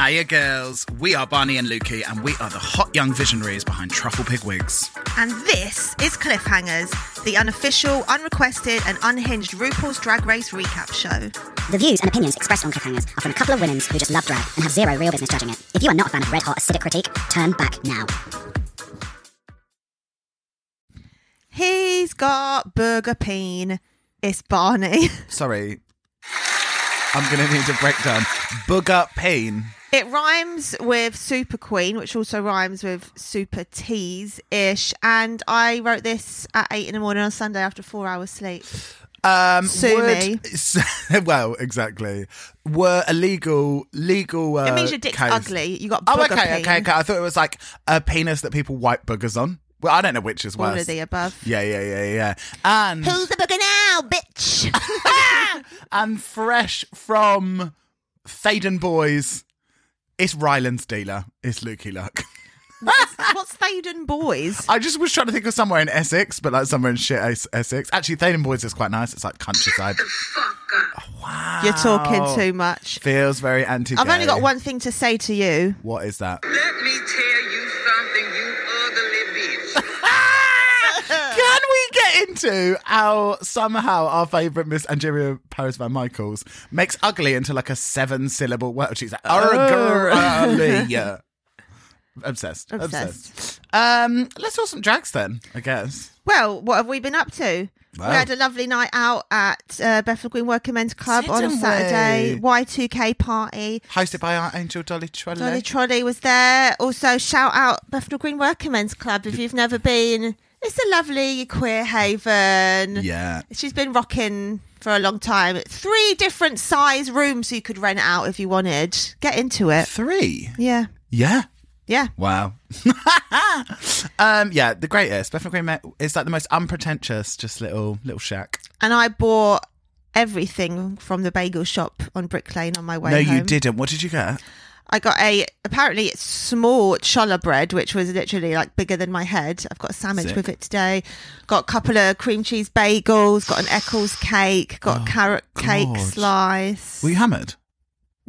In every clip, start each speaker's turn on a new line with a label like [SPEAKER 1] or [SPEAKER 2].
[SPEAKER 1] Hiya, girls. We are Barney and Lukey, and we are the hot young visionaries behind Truffle Pig Wigs.
[SPEAKER 2] And this is Cliffhangers, the unofficial, unrequested, and unhinged RuPaul's Drag Race recap show.
[SPEAKER 3] The views and opinions expressed on Cliffhangers are from a couple of women who just love drag and have zero real business judging it. If you are not a fan of red hot acidic critique, turn back now.
[SPEAKER 2] He's got burger peen. It's Barney.
[SPEAKER 1] Sorry. I'm going to need a breakdown. Bug up pain.
[SPEAKER 2] It rhymes with Super Queen, which also rhymes with Super Tease ish. And I wrote this at eight in the morning on Sunday after four hours sleep.
[SPEAKER 1] Um,
[SPEAKER 2] Sue me.
[SPEAKER 1] me. well, exactly. Were illegal, legal. Uh,
[SPEAKER 2] It means your dick's
[SPEAKER 1] case.
[SPEAKER 2] ugly. You got
[SPEAKER 1] Oh,
[SPEAKER 2] booger
[SPEAKER 1] okay,
[SPEAKER 2] peen.
[SPEAKER 1] okay, okay. I thought it was like a penis that people wipe boogers on. Well, I don't know which is
[SPEAKER 2] All
[SPEAKER 1] worse.
[SPEAKER 2] of the above.
[SPEAKER 1] Yeah, yeah, yeah, yeah. And
[SPEAKER 2] Who's the booger now, bitch?
[SPEAKER 1] and fresh from Faden Boys, it's Ryland's dealer. It's Lukey Luck.
[SPEAKER 2] what's, what's Thaden Boys?
[SPEAKER 1] I just was trying to think of somewhere in Essex, but like somewhere in shit Es- Essex. Actually, Thaden Boys is quite nice. It's like countryside. Oh, Wow.
[SPEAKER 2] You're talking too much.
[SPEAKER 1] Feels very anti.
[SPEAKER 2] I've only got one thing to say to you.
[SPEAKER 1] What is that?
[SPEAKER 4] Let me tell you something, you ugly bitch.
[SPEAKER 1] Can we get into how somehow our favourite Miss Angeria Paris Van Michaels makes ugly into like a seven syllable word? She's like, "Ugly." Obsessed. Obsessed.
[SPEAKER 2] Oh. Obsessed.
[SPEAKER 1] Um, let's talk some drags then, I guess.
[SPEAKER 2] Well, what have we been up to?
[SPEAKER 1] Wow.
[SPEAKER 2] We had a lovely night out at uh, Bethnal Green Working Men's Club on a
[SPEAKER 1] Didn't
[SPEAKER 2] Saturday.
[SPEAKER 1] we?
[SPEAKER 2] Y2K party.
[SPEAKER 1] Hosted by our angel Dolly Trolley.
[SPEAKER 2] Dolly Trolley was there. Also, shout out Bethnal Green Working Men's Club if you've never been. It's a lovely queer haven.
[SPEAKER 1] yeah.
[SPEAKER 2] She's been rocking for a long time. Three different size rooms you could rent out if you wanted. Get into it.
[SPEAKER 1] Three.
[SPEAKER 2] Yeah.
[SPEAKER 1] Yeah.
[SPEAKER 2] Yeah.
[SPEAKER 1] Wow. um, yeah, the greatest. Bethnal Green Met is like the most unpretentious, just little little shack.
[SPEAKER 2] And I bought everything from the bagel shop on Brick Lane on my way
[SPEAKER 1] no,
[SPEAKER 2] home.
[SPEAKER 1] you didn't. What did you get?
[SPEAKER 2] I got a apparently it's small cholla bread, which was literally like bigger than my head. I've got a sandwich
[SPEAKER 1] Sick.
[SPEAKER 2] with it today. Got a couple of cream cheese bagels. Got an Eccles cake. Got a carrot cake
[SPEAKER 1] Oh, God.
[SPEAKER 2] slice.
[SPEAKER 1] Were you hammered?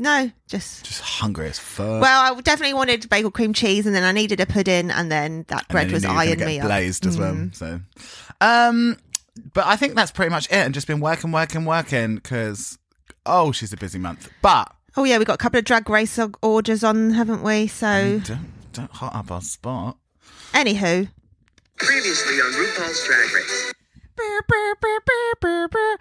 [SPEAKER 2] no, just.
[SPEAKER 1] Just hungry as fuck.
[SPEAKER 2] Well, I definitely wanted bagel cream cheese, and then I needed a pudding, and then that
[SPEAKER 1] And then
[SPEAKER 2] bread
[SPEAKER 1] you
[SPEAKER 2] was
[SPEAKER 1] knew you were gonna
[SPEAKER 2] eyeing
[SPEAKER 1] get
[SPEAKER 2] me
[SPEAKER 1] blazed
[SPEAKER 2] up.
[SPEAKER 1] as well.
[SPEAKER 2] Mm.
[SPEAKER 1] So, um, but I think that's pretty much it, and just been working, working, working because oh, she's a busy month. But
[SPEAKER 2] Oh yeah, we got a couple of drag race o- orders on, haven't we? So,
[SPEAKER 1] don't don't hot up our spot.
[SPEAKER 2] anywho,
[SPEAKER 4] Previously on RuPaul's Drag Race.
[SPEAKER 2] Brr, brr, brr, brr, brr, brr.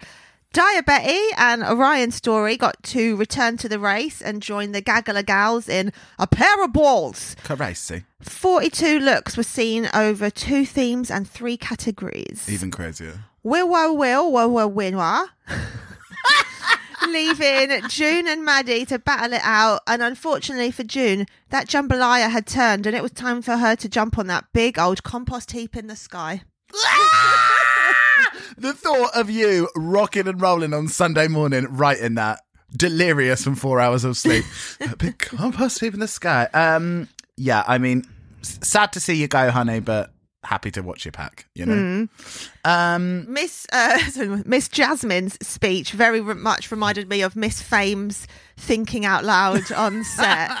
[SPEAKER 2] Diabetti and Orion Story got to return to the race and join the Gagala Gals in a pair of balls.
[SPEAKER 1] Crazy,
[SPEAKER 2] 42 looks were seen over two themes and three categories.
[SPEAKER 1] even crazier.
[SPEAKER 2] Will Will Will Will Will Winwa. Leaving June and Maddie to battle it out, and unfortunately for June, that jambalaya had turned, and it was time for her to jump on that big old compost heap in the sky.
[SPEAKER 1] The thought of you rocking and rolling on Sunday morning, writing that delirious from four hours of sleep, a big compost heap in the sky. Um, yeah, I mean, s- sad to see you go, honey, but happy to watch you pack. You know. Um,
[SPEAKER 2] Miss uh, sorry, Miss Jasmine's speech very re- much reminded me of Miss Fame's thinking out loud on set.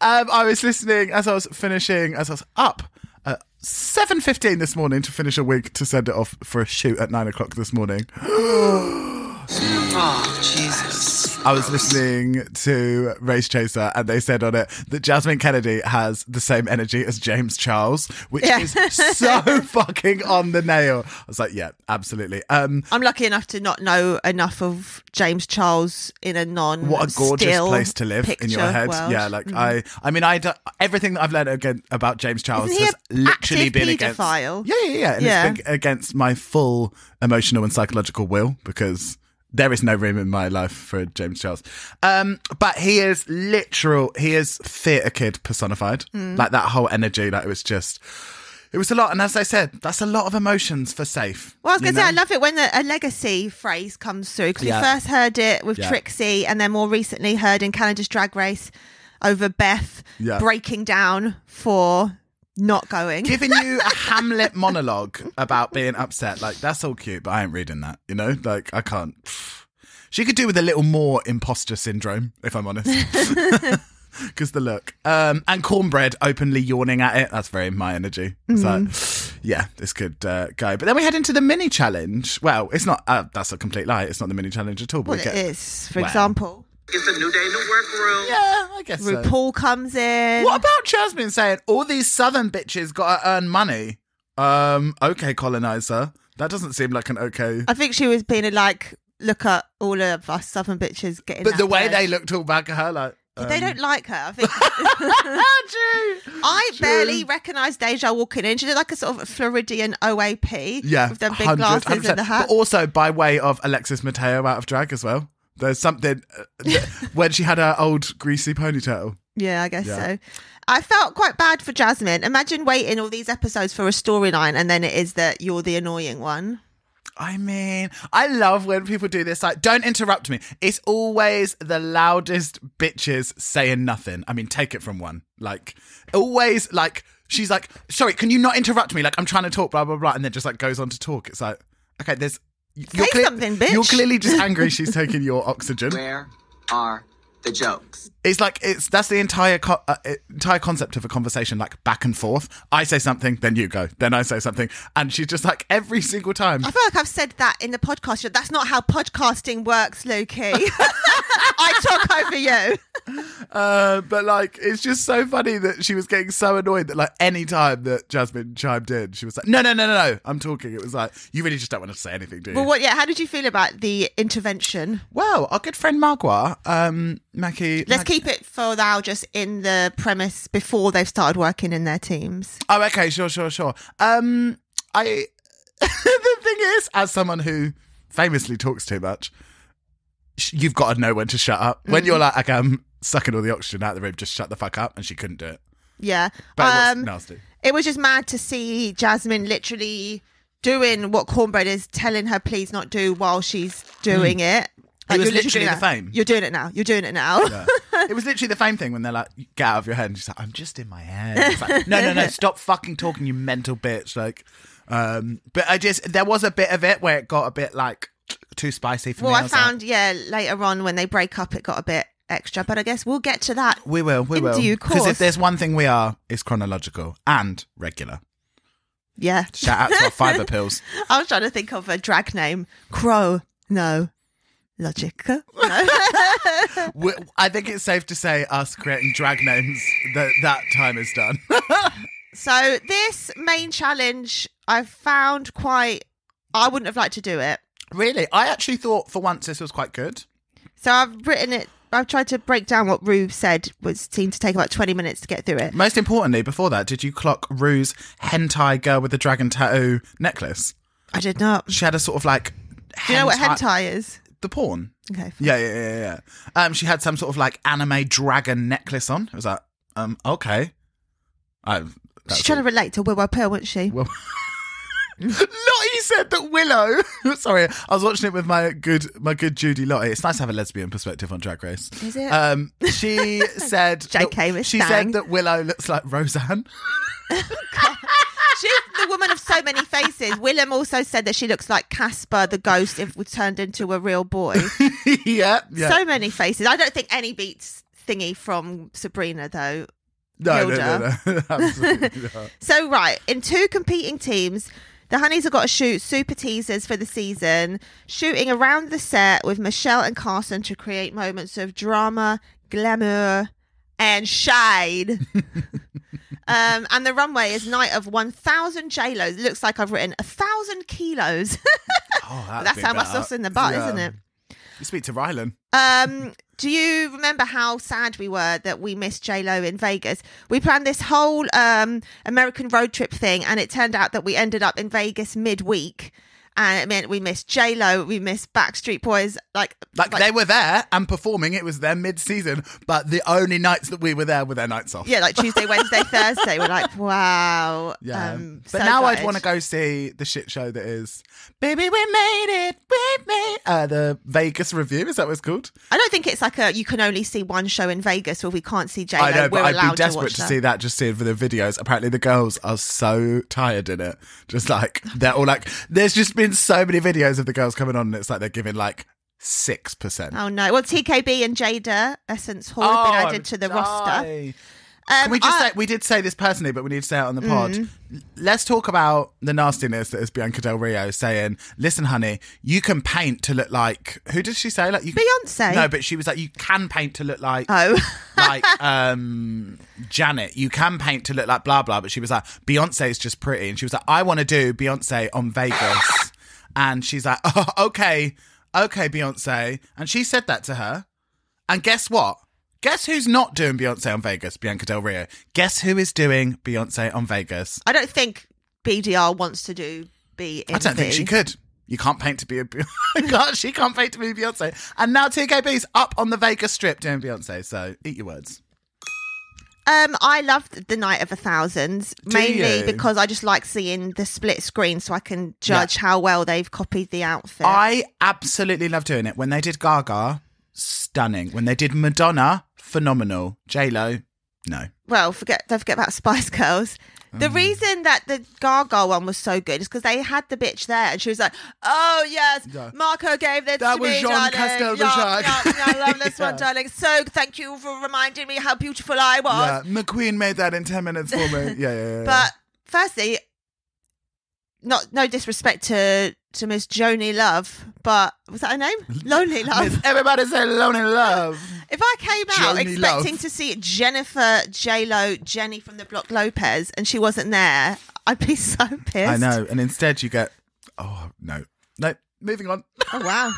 [SPEAKER 1] um, I was listening as I was finishing, as I was up at seven fifteen this morning to finish a wig to send it off for a shoot at nine o'clock this morning.
[SPEAKER 4] Oh, Jesus.
[SPEAKER 1] I was listening to Race Chaser, and they said on it that Jasmine Kennedy has the same energy as James Charles, which
[SPEAKER 2] Yeah.
[SPEAKER 1] is so fucking on the nail. I was like, yeah, absolutely. Um,
[SPEAKER 2] I'm lucky enough to not know enough of James Charles in a non
[SPEAKER 1] what a gorgeous
[SPEAKER 2] still
[SPEAKER 1] place to live in your
[SPEAKER 2] picture
[SPEAKER 1] head.
[SPEAKER 2] world. Mm.
[SPEAKER 1] Yeah, like I, I mean, I don't- everything that I've learned again about James Charles
[SPEAKER 2] Isn't he
[SPEAKER 1] has
[SPEAKER 2] a
[SPEAKER 1] literally
[SPEAKER 2] active
[SPEAKER 1] been against.
[SPEAKER 2] paedophile?
[SPEAKER 1] Yeah, yeah, yeah. And
[SPEAKER 2] Yeah.
[SPEAKER 1] it's been against my full emotional and psychological will because there is no room in my life for James Charles. Um, but he is literal. He is theatre kid personified.
[SPEAKER 2] Mm.
[SPEAKER 1] Like that whole energy. Like it was just. It was a lot, and as I said, that's a lot of emotions for safe.
[SPEAKER 2] Well, I was
[SPEAKER 1] you
[SPEAKER 2] going to say, I
[SPEAKER 1] know?
[SPEAKER 2] love it when the, a legacy phrase comes through because
[SPEAKER 1] Yeah.
[SPEAKER 2] we first heard it with
[SPEAKER 1] Yeah.
[SPEAKER 2] Trixie and then more recently heard in Canada's Drag Race over Beth
[SPEAKER 1] Yeah.
[SPEAKER 2] breaking down for not going.
[SPEAKER 1] giving you a Hamlet monologue about being upset. Like that's all cute, but I ain't reading that. You know, like I can't. She could do with a little more imposter syndrome, if I'm honest. because the look. Um, and cornbread openly yawning at it. That's very my energy. So,
[SPEAKER 2] Mm-hmm.
[SPEAKER 1] yeah, this could uh, go. But then we head into the mini challenge. Well, it's not. Uh, that's a complete lie. It's not the mini challenge at all. But
[SPEAKER 2] Well,
[SPEAKER 1] we
[SPEAKER 2] it
[SPEAKER 1] get-
[SPEAKER 2] is. For
[SPEAKER 1] Wow.
[SPEAKER 2] example,
[SPEAKER 4] It's a new day in the workroom.
[SPEAKER 1] Yeah, I guess. so.
[SPEAKER 2] RuPaul comes in.
[SPEAKER 1] What about Jasmine saying all these southern bitches got to earn money? Um, okay, colonizer. That doesn't seem like an okay.
[SPEAKER 2] I think she was being like, look at all of us southern bitches getting.
[SPEAKER 1] But
[SPEAKER 2] that
[SPEAKER 1] the way
[SPEAKER 2] bread.
[SPEAKER 1] they looked all back at her, like um,
[SPEAKER 2] they don't like her. I think
[SPEAKER 1] Andrew!
[SPEAKER 2] I barely recognised Deja walking in. She looked like a sort of Floridian OAP.
[SPEAKER 1] Yeah,
[SPEAKER 2] with them big
[SPEAKER 1] 100,
[SPEAKER 2] glasses
[SPEAKER 1] 100%.
[SPEAKER 2] and the hat.
[SPEAKER 1] But also by way of Alexis Mateo out of drag as well. There's something uh, th- when she had her old greasy ponytail.
[SPEAKER 2] Yeah, I guess
[SPEAKER 1] Yeah.
[SPEAKER 2] so. I felt quite bad for Jasmine. Imagine waiting all these episodes for a storyline and then it is that you're the annoying one.
[SPEAKER 1] I mean, I love when people do this. Like, don't interrupt me. It's always the loudest bitches saying nothing. I mean, take it from one. Like, always, like, she's like, sorry, can you not interrupt me? Like, I'm trying to talk, blah, blah, blah. And then just like goes on to talk. It's like, okay, there's. You're
[SPEAKER 2] Say something, bitch.
[SPEAKER 1] You're clearly just angry she's taking your oxygen.
[SPEAKER 5] Where are the jokes?
[SPEAKER 1] It's like it's that's the entire co- uh, uh, entire concept of a conversation, like back and forth. I say something, then you go, then I say something, and she's just like every single time.
[SPEAKER 2] I feel like I've said that in the podcast. but That's not how podcasting works, Loki. I talk over you.
[SPEAKER 1] Uh, but like, it's just so funny that she was getting so annoyed that like any time that Jasmine chimed in, she was like, "No, no, no, no, no, I'm talking." It was like, "You really just don't want to say anything, do you?"
[SPEAKER 2] Well, what? Yeah, how did you feel about the intervention?
[SPEAKER 1] Well, our good friend Magua, um, Mackie.
[SPEAKER 2] Let's
[SPEAKER 1] Mac-
[SPEAKER 2] keep it for now, just in the premise before they've started working in their teams.
[SPEAKER 1] Oh, okay, sure, sure, sure. Um, I the thing is, as someone who famously talks too much, sh- you've got to know when to shut up.
[SPEAKER 2] Mm-hmm.
[SPEAKER 1] When you're like, "Okay, I'm sucking all the oxygen out of the room," just shut the fuck up, and she couldn't do it.
[SPEAKER 2] Yeah. Um,
[SPEAKER 1] But it was nasty.
[SPEAKER 2] it was just mad to see Jasmine literally doing what Cornbread is telling her please not do while she's doing it. Like,
[SPEAKER 1] Hmm. was
[SPEAKER 2] you're
[SPEAKER 1] literally
[SPEAKER 2] doing
[SPEAKER 1] the
[SPEAKER 2] it.
[SPEAKER 1] fame.
[SPEAKER 2] You're doing it now. You're doing it now.
[SPEAKER 1] it was literally the same thing when they're like, "Get out of your head." And she's like, "I'm just in my head." It's like, no, no, no, stop fucking talking, you mental bitch. Like, um, but I just there was a bit of it where it got a bit like too spicy for
[SPEAKER 2] well,
[SPEAKER 1] me.
[SPEAKER 2] I
[SPEAKER 1] was like,
[SPEAKER 2] found, yeah, later on when they break up, it got a bit extra, but I guess we'll get to that.
[SPEAKER 1] we will, we
[SPEAKER 2] in
[SPEAKER 1] will,
[SPEAKER 2] due
[SPEAKER 1] because if
[SPEAKER 2] course.
[SPEAKER 1] there's one thing we are, it's chronological and regular.
[SPEAKER 2] Yeah.
[SPEAKER 1] Shout out to our fiber pills.
[SPEAKER 2] I was trying to think of a drag name. Crow. No. Logic. No.
[SPEAKER 1] We, I think it's safe to say us creating drag names that that time is done.
[SPEAKER 2] so this main challenge I found quite, I wouldn't have liked to do it.
[SPEAKER 1] really, I actually thought for once this was quite good.
[SPEAKER 2] So I've written it. I've tried to break down what Rube said was seemed to take about twenty minutes to get through it.
[SPEAKER 1] Most importantly, before that, did you clock Rue's hentai girl with the dragon tattoo necklace?
[SPEAKER 2] I did not.
[SPEAKER 1] She had a sort of like.
[SPEAKER 2] Do you know what hentai is?
[SPEAKER 1] The porn.
[SPEAKER 2] Okay. fine.
[SPEAKER 1] Yeah, yeah, yeah, yeah. yeah. Um, she had some sort of like anime dragon necklace on. It was like, um, okay. I. that's
[SPEAKER 2] She's trying
[SPEAKER 1] all.
[SPEAKER 2] to relate to Willow Pill, wasn't she?
[SPEAKER 1] Well- Lottie said that Willow. Sorry, I was watching it with my good my good Judy Lottie. It's nice to have a lesbian perspective on Drag Race.
[SPEAKER 2] Is it?
[SPEAKER 1] Um, she said. that-
[SPEAKER 2] JK was
[SPEAKER 1] She said
[SPEAKER 2] saying.
[SPEAKER 1] that Willow looks like Roseanne.
[SPEAKER 2] She's the woman of so many faces. Willem also said that she looks like Casper the ghost if was turned into a real boy.
[SPEAKER 1] yeah, yeah.
[SPEAKER 2] So many faces. I don't think any beats thingy from Sabrina though.
[SPEAKER 1] no, no, no,
[SPEAKER 2] Hilda.
[SPEAKER 1] no, Absolutely not.
[SPEAKER 2] So right, in two competing teams, the Honeys have got to shoot super teasers for the season, shooting around the set with Michelle and Carson to create moments of drama, glamour, and shade. um, and the runway is night of one thousand JLos. Looks like I've written a thousand kilos.
[SPEAKER 1] Oh, that'd
[SPEAKER 2] That's
[SPEAKER 1] be
[SPEAKER 2] how much
[SPEAKER 1] better.
[SPEAKER 2] stuff's in the butt,
[SPEAKER 1] Yeah.
[SPEAKER 2] isn't it?
[SPEAKER 1] You speak to Rylan.
[SPEAKER 2] Um, do you remember how sad we were that we missed J Lo in Vegas? We planned this whole um, American road trip thing, and it turned out that we ended up in Vegas midweek, and it meant we missed J Lo, we missed Backstreet Boys. Like,
[SPEAKER 1] Like, they were there and performing. It was their mid-season, but the only nights that we were there were their nights off.
[SPEAKER 2] yeah, like Tuesday, Wednesday, Thursday. We're like, wow.
[SPEAKER 1] Yeah.
[SPEAKER 2] um,
[SPEAKER 1] but
[SPEAKER 2] so
[SPEAKER 1] now I'd
[SPEAKER 2] gutted.
[SPEAKER 1] want to go see the shit show that is Baby We Made It, We Made uh, the Vegas Review, is that what it's called?
[SPEAKER 2] I don't think it's like a you can only see one show in Vegas where we can't see J Lo.
[SPEAKER 1] I know,
[SPEAKER 2] we're
[SPEAKER 1] but I'd
[SPEAKER 2] allowed
[SPEAKER 1] be desperate
[SPEAKER 2] to, watch
[SPEAKER 1] to,
[SPEAKER 2] her.
[SPEAKER 1] see that just seeing for the videos. Apparently the girls are so tired in it. Just like they're all like there's just been so many videos of the girls coming on and it's like they're giving like six percent.
[SPEAKER 2] Oh no. Well, TKB and Jada Essence Hall have been added to the roster. Uh, Um,
[SPEAKER 1] Can Oh, we just
[SPEAKER 2] I-
[SPEAKER 1] say we did say this personally, but we need to say it on the pod.
[SPEAKER 2] Mm.
[SPEAKER 1] L- Let's talk about the nastiness that is Bianca Del Rio saying, "Listen, honey, you can paint to look like who did she say? Like you,
[SPEAKER 2] Beyonce.
[SPEAKER 1] No, but she was like, you can paint to look like
[SPEAKER 2] Oh.
[SPEAKER 1] like um Janet, you can paint to look like blah blah, but she was like, Beyonce's just pretty. And she was like, I want to do Beyonce on Vegas. and she's like, oh, okay, okay, Beyonce. And she said that to her. And guess what? Guess who's not doing Beyonce on Vegas? Bianca Del Rio. Guess who is doing Beyonce on Vegas?
[SPEAKER 2] I don't think BDR wants to do B.
[SPEAKER 1] I don't think she could. You can't paint to be a Be- God, she can't paint to be Beyonce. And now TKB's up on the Vegas strip doing Beyonce, so eat your words.
[SPEAKER 2] Um, I loved the Night of a Thousands mainly
[SPEAKER 1] you?
[SPEAKER 2] because I just like seeing the split screen, so I can judge how well they've copied the outfit.
[SPEAKER 1] I absolutely love doing it. When they did Gaga, stunning. When they did Madonna, phenomenal. J Lo, no.
[SPEAKER 2] well, forget don't forget about Spice Girls. The
[SPEAKER 1] Mm.
[SPEAKER 2] reason that the Gaga one was so good is because they had the bitch there, and she was like, "Oh yes,
[SPEAKER 1] Yeah.
[SPEAKER 2] Marco gave this
[SPEAKER 1] That
[SPEAKER 2] to
[SPEAKER 1] was
[SPEAKER 2] me,
[SPEAKER 1] Jean
[SPEAKER 2] darling.
[SPEAKER 1] Castel
[SPEAKER 2] yeah,
[SPEAKER 1] Bouchard."
[SPEAKER 2] yeah, yeah, I love this one,
[SPEAKER 1] Yeah.
[SPEAKER 2] darling. So thank you for reminding me how beautiful I was."
[SPEAKER 1] Yeah, McQueen made that in ten minutes for me. Yeah, yeah, yeah. yeah.
[SPEAKER 2] Uh, But firstly, not no disrespect to to Miss Joni Love, but was that her name? Lonely Love.
[SPEAKER 1] everybody say "Alone in Love."
[SPEAKER 2] If I came out
[SPEAKER 1] Joni
[SPEAKER 2] expecting
[SPEAKER 1] Love.
[SPEAKER 2] to see Jennifer J Lo, Jenny from the Block Lopez, and she wasn't there, I'd be so pissed.
[SPEAKER 1] I know, and instead you get, oh no, no. Moving on.
[SPEAKER 2] Oh wow.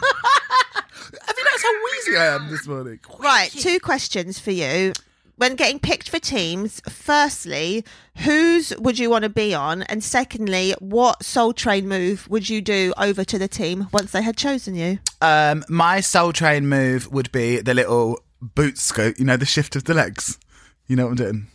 [SPEAKER 1] Have you noticed how wheezy I am this morning?
[SPEAKER 2] right, two questions for you. When getting picked for teams, firstly, whose would you want to be on? And secondly, what soul train move would you do over to the team once they had chosen you?
[SPEAKER 1] Um, my soul train move would be the little boot scoot. You know, the shift of the legs. You know what I'm doing?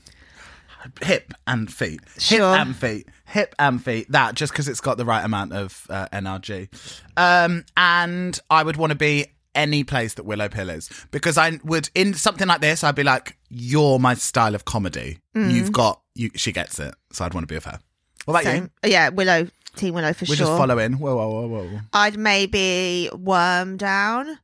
[SPEAKER 1] Hip and feet.
[SPEAKER 2] Sure.
[SPEAKER 1] Hip and feet. Hip and feet. That just because it's got the right amount of uh, NRG. Um, and I would want to be any place that Willow Pill is because I would in something like this. I'd be like, "You're my style of comedy.
[SPEAKER 2] Mm.
[SPEAKER 1] You've got you." She gets it, so I'd want to be with her. What about you?
[SPEAKER 2] Same. Yeah, Willow, Team Willow for
[SPEAKER 1] We're
[SPEAKER 2] sure.
[SPEAKER 1] just following. Whoa, whoa, whoa, whoa.
[SPEAKER 2] I'd maybe worm down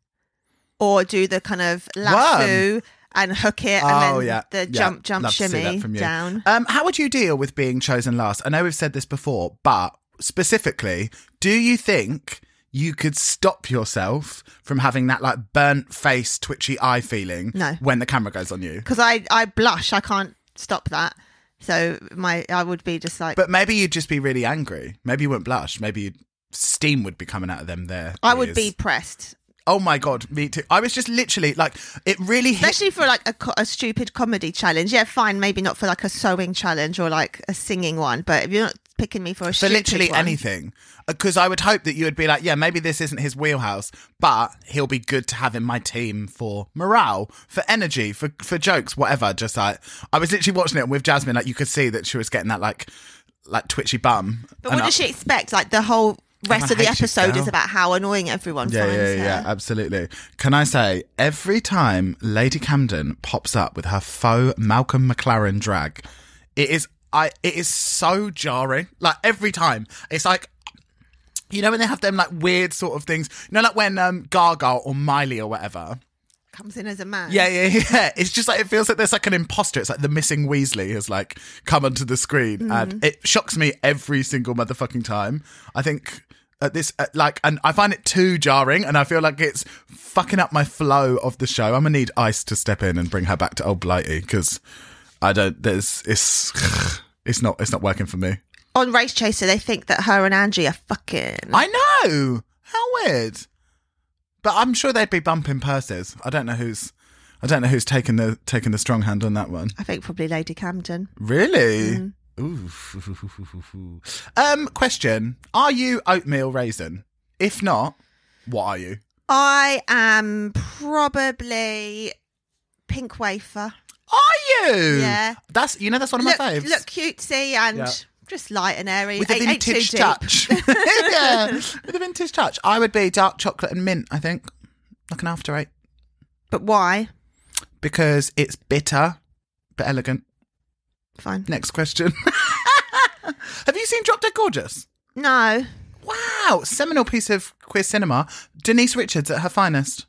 [SPEAKER 2] or do the kind of lasso and hook it and then the jump, jump,
[SPEAKER 1] Oh, Love to see that
[SPEAKER 2] shimmy
[SPEAKER 1] from you.
[SPEAKER 2] down. Uh,
[SPEAKER 1] Um, how would you deal with being chosen last? I know we've said this before, but specifically, do you think you could stop yourself from having that like burnt face, twitchy eye feeling
[SPEAKER 2] No.
[SPEAKER 1] when the camera goes on you?
[SPEAKER 2] Because I, I blush, I can't stop that. So my I would be just like
[SPEAKER 1] But maybe you'd just be really angry. Maybe you wouldn't blush. Maybe you'd, steam would be coming out of them there.
[SPEAKER 2] I would be pressed,
[SPEAKER 1] Oh my god, me too. I was just literally like, it really hit
[SPEAKER 2] especially for like a, co- a stupid comedy challenge. Yeah, fine, maybe not for like a sewing challenge or like a singing one. But if you're not picking me for a
[SPEAKER 1] for
[SPEAKER 2] stupid
[SPEAKER 1] literally
[SPEAKER 2] one-
[SPEAKER 1] anything. Because I would hope that you would be like, yeah, maybe this isn't his wheelhouse, but he'll be good to have in my team for morale, for energy, for for jokes, whatever. Just like I was literally watching it with Jasmine, like you could see that she was getting that like like twitchy bum.
[SPEAKER 2] But
[SPEAKER 1] And
[SPEAKER 2] what
[SPEAKER 1] I-
[SPEAKER 2] does she expect? Like the whole rest of the
[SPEAKER 1] hates this
[SPEAKER 2] episode is
[SPEAKER 1] girl.
[SPEAKER 2] about how annoying everyone
[SPEAKER 1] Yeah,
[SPEAKER 2] finds
[SPEAKER 1] yeah,
[SPEAKER 2] her.
[SPEAKER 1] yeah, yeah, absolutely. Can I say, every time Lady Camden pops up with her faux Malcolm McLaren drag, it is I it is so jarring. Like every time, it's like you know when they have them like weird sort of things. You know, like when um, Gaga or Miley or whatever.
[SPEAKER 2] Comes in as a man.
[SPEAKER 1] Yeah, yeah, yeah. It's just like it feels like there's like an imposter. It's like the missing Weasley has like come onto the screen, and it shocks me every single motherfucking time. I think at this at like, and I find it too jarring, and I feel like it's fucking up my flow of the show. I'm gonna need Ice to step in and bring her back to old Blighty because I don't. There's it's it's not it's not working for me.
[SPEAKER 2] on Race Chaser, they think that her and Angie are fucking.
[SPEAKER 1] I know how weird, but I'm sure they'd be bumping purses. I don't know who's. I don't know who's taking the taking the strong hand on that one.
[SPEAKER 2] I think probably Lady Camden.
[SPEAKER 1] Really?
[SPEAKER 2] Mm.
[SPEAKER 1] Ooh. um, question: Are you oatmeal raisin? If not, what are you?
[SPEAKER 2] I am probably Pink Wafer.
[SPEAKER 1] Are you?
[SPEAKER 2] Yeah.
[SPEAKER 1] That's you know that's one of
[SPEAKER 2] Look,
[SPEAKER 1] my faves.
[SPEAKER 2] look cutesy and
[SPEAKER 1] Yeah.
[SPEAKER 2] just light and airy.
[SPEAKER 1] With a
[SPEAKER 2] Ain't- ain't too
[SPEAKER 1] vintage
[SPEAKER 2] deep.
[SPEAKER 1] touch. yeah. With a vintage touch. I would be dark chocolate and mint, I think. Like an after eight.
[SPEAKER 2] But why?
[SPEAKER 1] Because it's bitter but elegant.
[SPEAKER 2] Fine.
[SPEAKER 1] Next question. Have you seen Drop Dead Gorgeous?
[SPEAKER 2] No.
[SPEAKER 1] Wow. Wow, seminal piece of queer cinema. Denise Richards at her finest.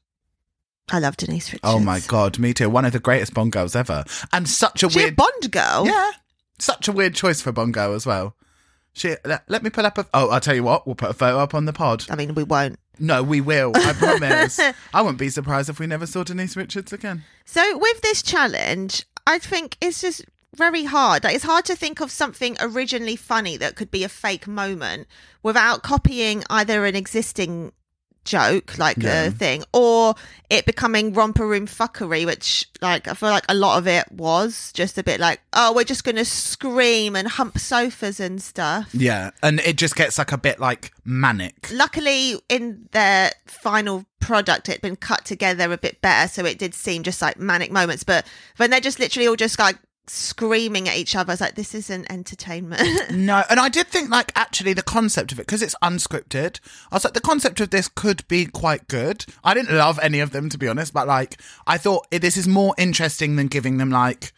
[SPEAKER 2] I love Denise Richards.
[SPEAKER 1] Oh my god, me too. One of the greatest Bond girls ever, and such a
[SPEAKER 2] She a
[SPEAKER 1] weird,
[SPEAKER 2] Bond girl.
[SPEAKER 1] yeah, such a weird choice for Bongo as well. She let, let me pull up a. Oh, I'll tell you what. We'll put a photo up on the pod.
[SPEAKER 2] I mean, we won't.
[SPEAKER 1] No, we will. I promise. I wouldn't be surprised if we never saw Denise Richards again.
[SPEAKER 2] So with this challenge, I think it's just very hard. Like, it's hard to think of something originally funny that could be a fake moment without copying either an existing joke, like
[SPEAKER 1] Yeah.
[SPEAKER 2] a thing, or it becoming romper room fuckery, which like I feel like a lot of it was just a bit like, oh, we're just gonna scream and hump sofas and stuff.
[SPEAKER 1] Yeah, and it just gets like a bit like manic.
[SPEAKER 2] Luckily, in their final product, it'd been cut together a bit better, so it did seem just like manic moments. But when they're just literally all just like screaming at each other, it's like this isn't entertainment.
[SPEAKER 1] No, and I did think like actually the concept of it because it's unscripted. I was like the concept of this could be quite good. I didn't love any of them to be honest, but like I thought eh, this is more interesting than giving them like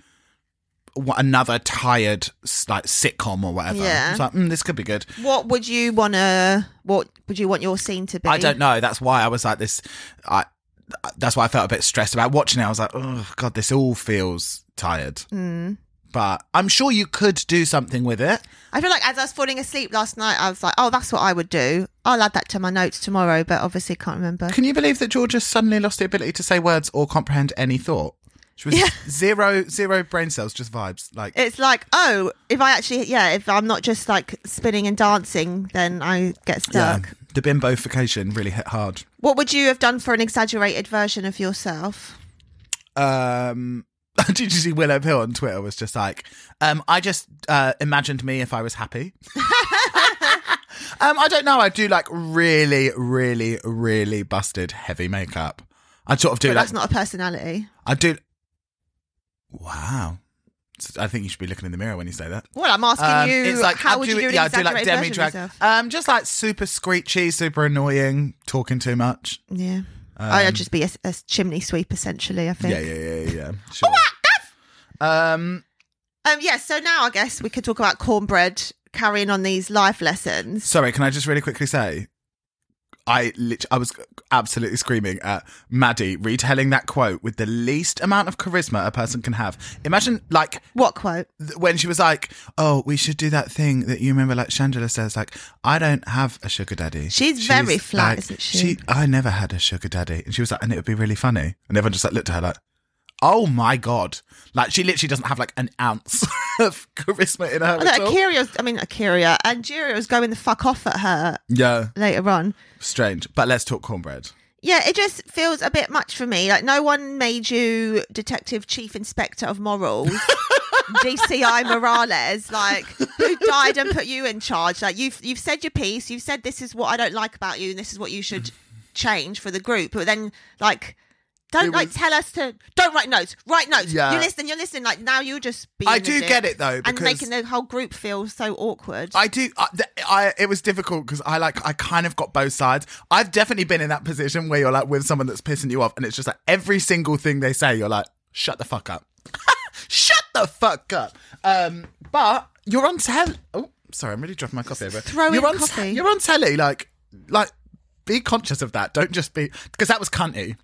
[SPEAKER 1] wha- another tired s- like sitcom or whatever.
[SPEAKER 2] Yeah.
[SPEAKER 1] It's like mm, this could be good.
[SPEAKER 2] what would you wanna? What would you want your scene to be?
[SPEAKER 1] I don't know. That's why I was like this. I that's why I felt a bit stressed about watching it. I was like, oh god, this all feels tired. But I'm sure you could do something with it.
[SPEAKER 2] I feel like as I was falling asleep last night, I was like, oh, that's what I would do. I'll add that to my notes tomorrow, but obviously can't remember.
[SPEAKER 1] Can you believe that Georgia suddenly lost the ability to say words or comprehend any thought? She was
[SPEAKER 2] Yeah.
[SPEAKER 1] zero, zero brain cells, just vibes. Like,
[SPEAKER 2] It's like, oh, if I actually, yeah, if I'm not just like spinning and dancing, then I get
[SPEAKER 1] yeah,
[SPEAKER 2] stuck.
[SPEAKER 1] um, the bimbofication really hit hard.
[SPEAKER 2] What would you have done for an exaggerated version of yourself?
[SPEAKER 1] Um, did you see Willow Pill on Twitter was just like, um, I just uh, imagined me if I was happy. um, I don't know. I do like really, really, really busted heavy makeup. I sort of do
[SPEAKER 2] But
[SPEAKER 1] like
[SPEAKER 2] that's not a personality.
[SPEAKER 1] I do. Wow. So I think you should be looking in the mirror when you say that.
[SPEAKER 2] Well, I'm asking
[SPEAKER 1] Um,
[SPEAKER 2] you.
[SPEAKER 1] it's like
[SPEAKER 2] how
[SPEAKER 1] I
[SPEAKER 2] would
[SPEAKER 1] do,
[SPEAKER 2] you do an
[SPEAKER 1] yeah, I do
[SPEAKER 2] exaggerated
[SPEAKER 1] like
[SPEAKER 2] version
[SPEAKER 1] demi
[SPEAKER 2] of
[SPEAKER 1] drag.
[SPEAKER 2] yourself?
[SPEAKER 1] Um, just like super screechy, super annoying, talking too much.
[SPEAKER 2] Yeah, I'd just be a, a chimney sweep essentially. I think.
[SPEAKER 1] Um, Yeah, yeah, yeah, yeah, yeah. Sure. um,
[SPEAKER 2] Um. Yeah. So now I guess we could talk about cornbread carrying on these life lessons.
[SPEAKER 1] sorry, can I just really quickly say, I lit- I was absolutely screaming at Maddie retelling that quote with the least amount of charisma a person can have. Imagine like
[SPEAKER 2] What quote?
[SPEAKER 1] th- when she was like, "Oh, we should do that thing that you remember." Like Chandela says, "Like I don't have a sugar daddy."
[SPEAKER 2] She's very flat, isn't she?
[SPEAKER 1] I never had a sugar daddy, and she was like, "And it would be really funny." And everyone just like looked at her like, "Oh my god!" Like she literally doesn't have like an ounce of charisma in her.
[SPEAKER 2] Oh, no,
[SPEAKER 1] at all.
[SPEAKER 2] Akira. I mean, Akira and Jiria was going the fuck off at her
[SPEAKER 1] Yeah,
[SPEAKER 2] later on.
[SPEAKER 1] strange. But let's talk cornbread.
[SPEAKER 2] Yeah, it just feels a bit much for me. Like no one made you Detective Chief Inspector of Morals, DCI Morales, like who died and put you in charge. Like you've you've said your piece, you've said this is what I don't like about you, and this is what you should change for the group. But then, like, don't
[SPEAKER 1] It
[SPEAKER 2] like
[SPEAKER 1] was-
[SPEAKER 2] tell us to don't write notes, write notes.
[SPEAKER 1] Yeah.
[SPEAKER 2] You listen, you listen. Like now you're just. Being
[SPEAKER 1] I
[SPEAKER 2] a
[SPEAKER 1] do
[SPEAKER 2] dick
[SPEAKER 1] get it, though,
[SPEAKER 2] and
[SPEAKER 1] because-
[SPEAKER 2] making the whole group feel so awkward.
[SPEAKER 1] I do. I, th- I it was difficult because I like I kind of got both sides. I've definitely been in that position where you're like with someone that's pissing you off, and it's just like every single thing they say, you're like, shut the fuck up, shut the fuck up. Um, but you're on telly. Oh, sorry, I'm really dropping my coffee over.
[SPEAKER 2] throw in
[SPEAKER 1] you're on te-
[SPEAKER 2] coffee.
[SPEAKER 1] you're on telly, like like be conscious of that. Don't just be because that was cunty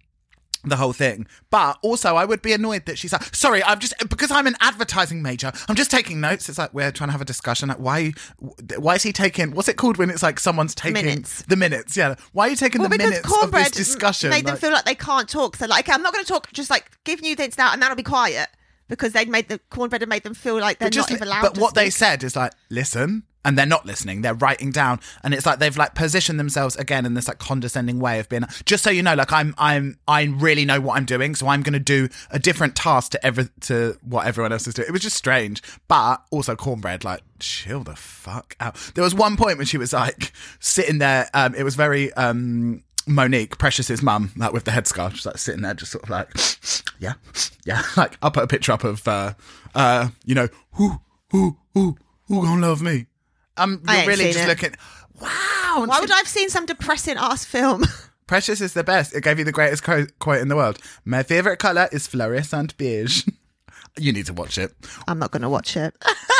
[SPEAKER 1] the whole thing. But also, I would be annoyed that she's like, sorry, I've just because I'm an advertising major, I'm just taking notes. It's like we're trying to have a discussion. Like, why, why is he taking? What's it called when it's like someone's taking
[SPEAKER 2] Minutes.
[SPEAKER 1] The minutes, yeah. Why are you taking
[SPEAKER 2] Well,
[SPEAKER 1] the
[SPEAKER 2] because
[SPEAKER 1] minutes of
[SPEAKER 2] cornbread
[SPEAKER 1] this discussion?
[SPEAKER 2] made them
[SPEAKER 1] Like-
[SPEAKER 2] feel like they can't talk. So like, okay, I'm not going to talk. Just like give you this now, and that'll be quiet because they'd made the cornbread had made them feel like they're
[SPEAKER 1] But just
[SPEAKER 2] not even
[SPEAKER 1] li-
[SPEAKER 2] allowed.
[SPEAKER 1] But
[SPEAKER 2] to
[SPEAKER 1] what they
[SPEAKER 2] speak.
[SPEAKER 1] said is like, listen, and they're not listening. They're writing down, and it's like they've like positioned themselves again in this like condescending way of being. Just so you know, like I'm, I'm, I really know what I'm doing, so I'm going to do a different task to every to what everyone else is doing. It was just strange, but also cornbread like chill the fuck out. There was one point when she was like sitting there. Um, it was very um. Monique, Precious's mum, like with the headscarf, she's like sitting there, just sort of like, yeah, yeah. Like I'll put a picture up of, uh, uh, you know, who, who, who, who gonna love me? Um,
[SPEAKER 2] I
[SPEAKER 1] you're
[SPEAKER 2] ain't
[SPEAKER 1] really
[SPEAKER 2] seen
[SPEAKER 1] just
[SPEAKER 2] it.
[SPEAKER 1] looking. Wow.
[SPEAKER 2] Why would I have seen some depressing ass film?
[SPEAKER 1] Precious is the best. It gave you the greatest quote, quote in the world. My favorite color is fluorescent beige. you need to watch it.
[SPEAKER 2] I'm not going to watch it.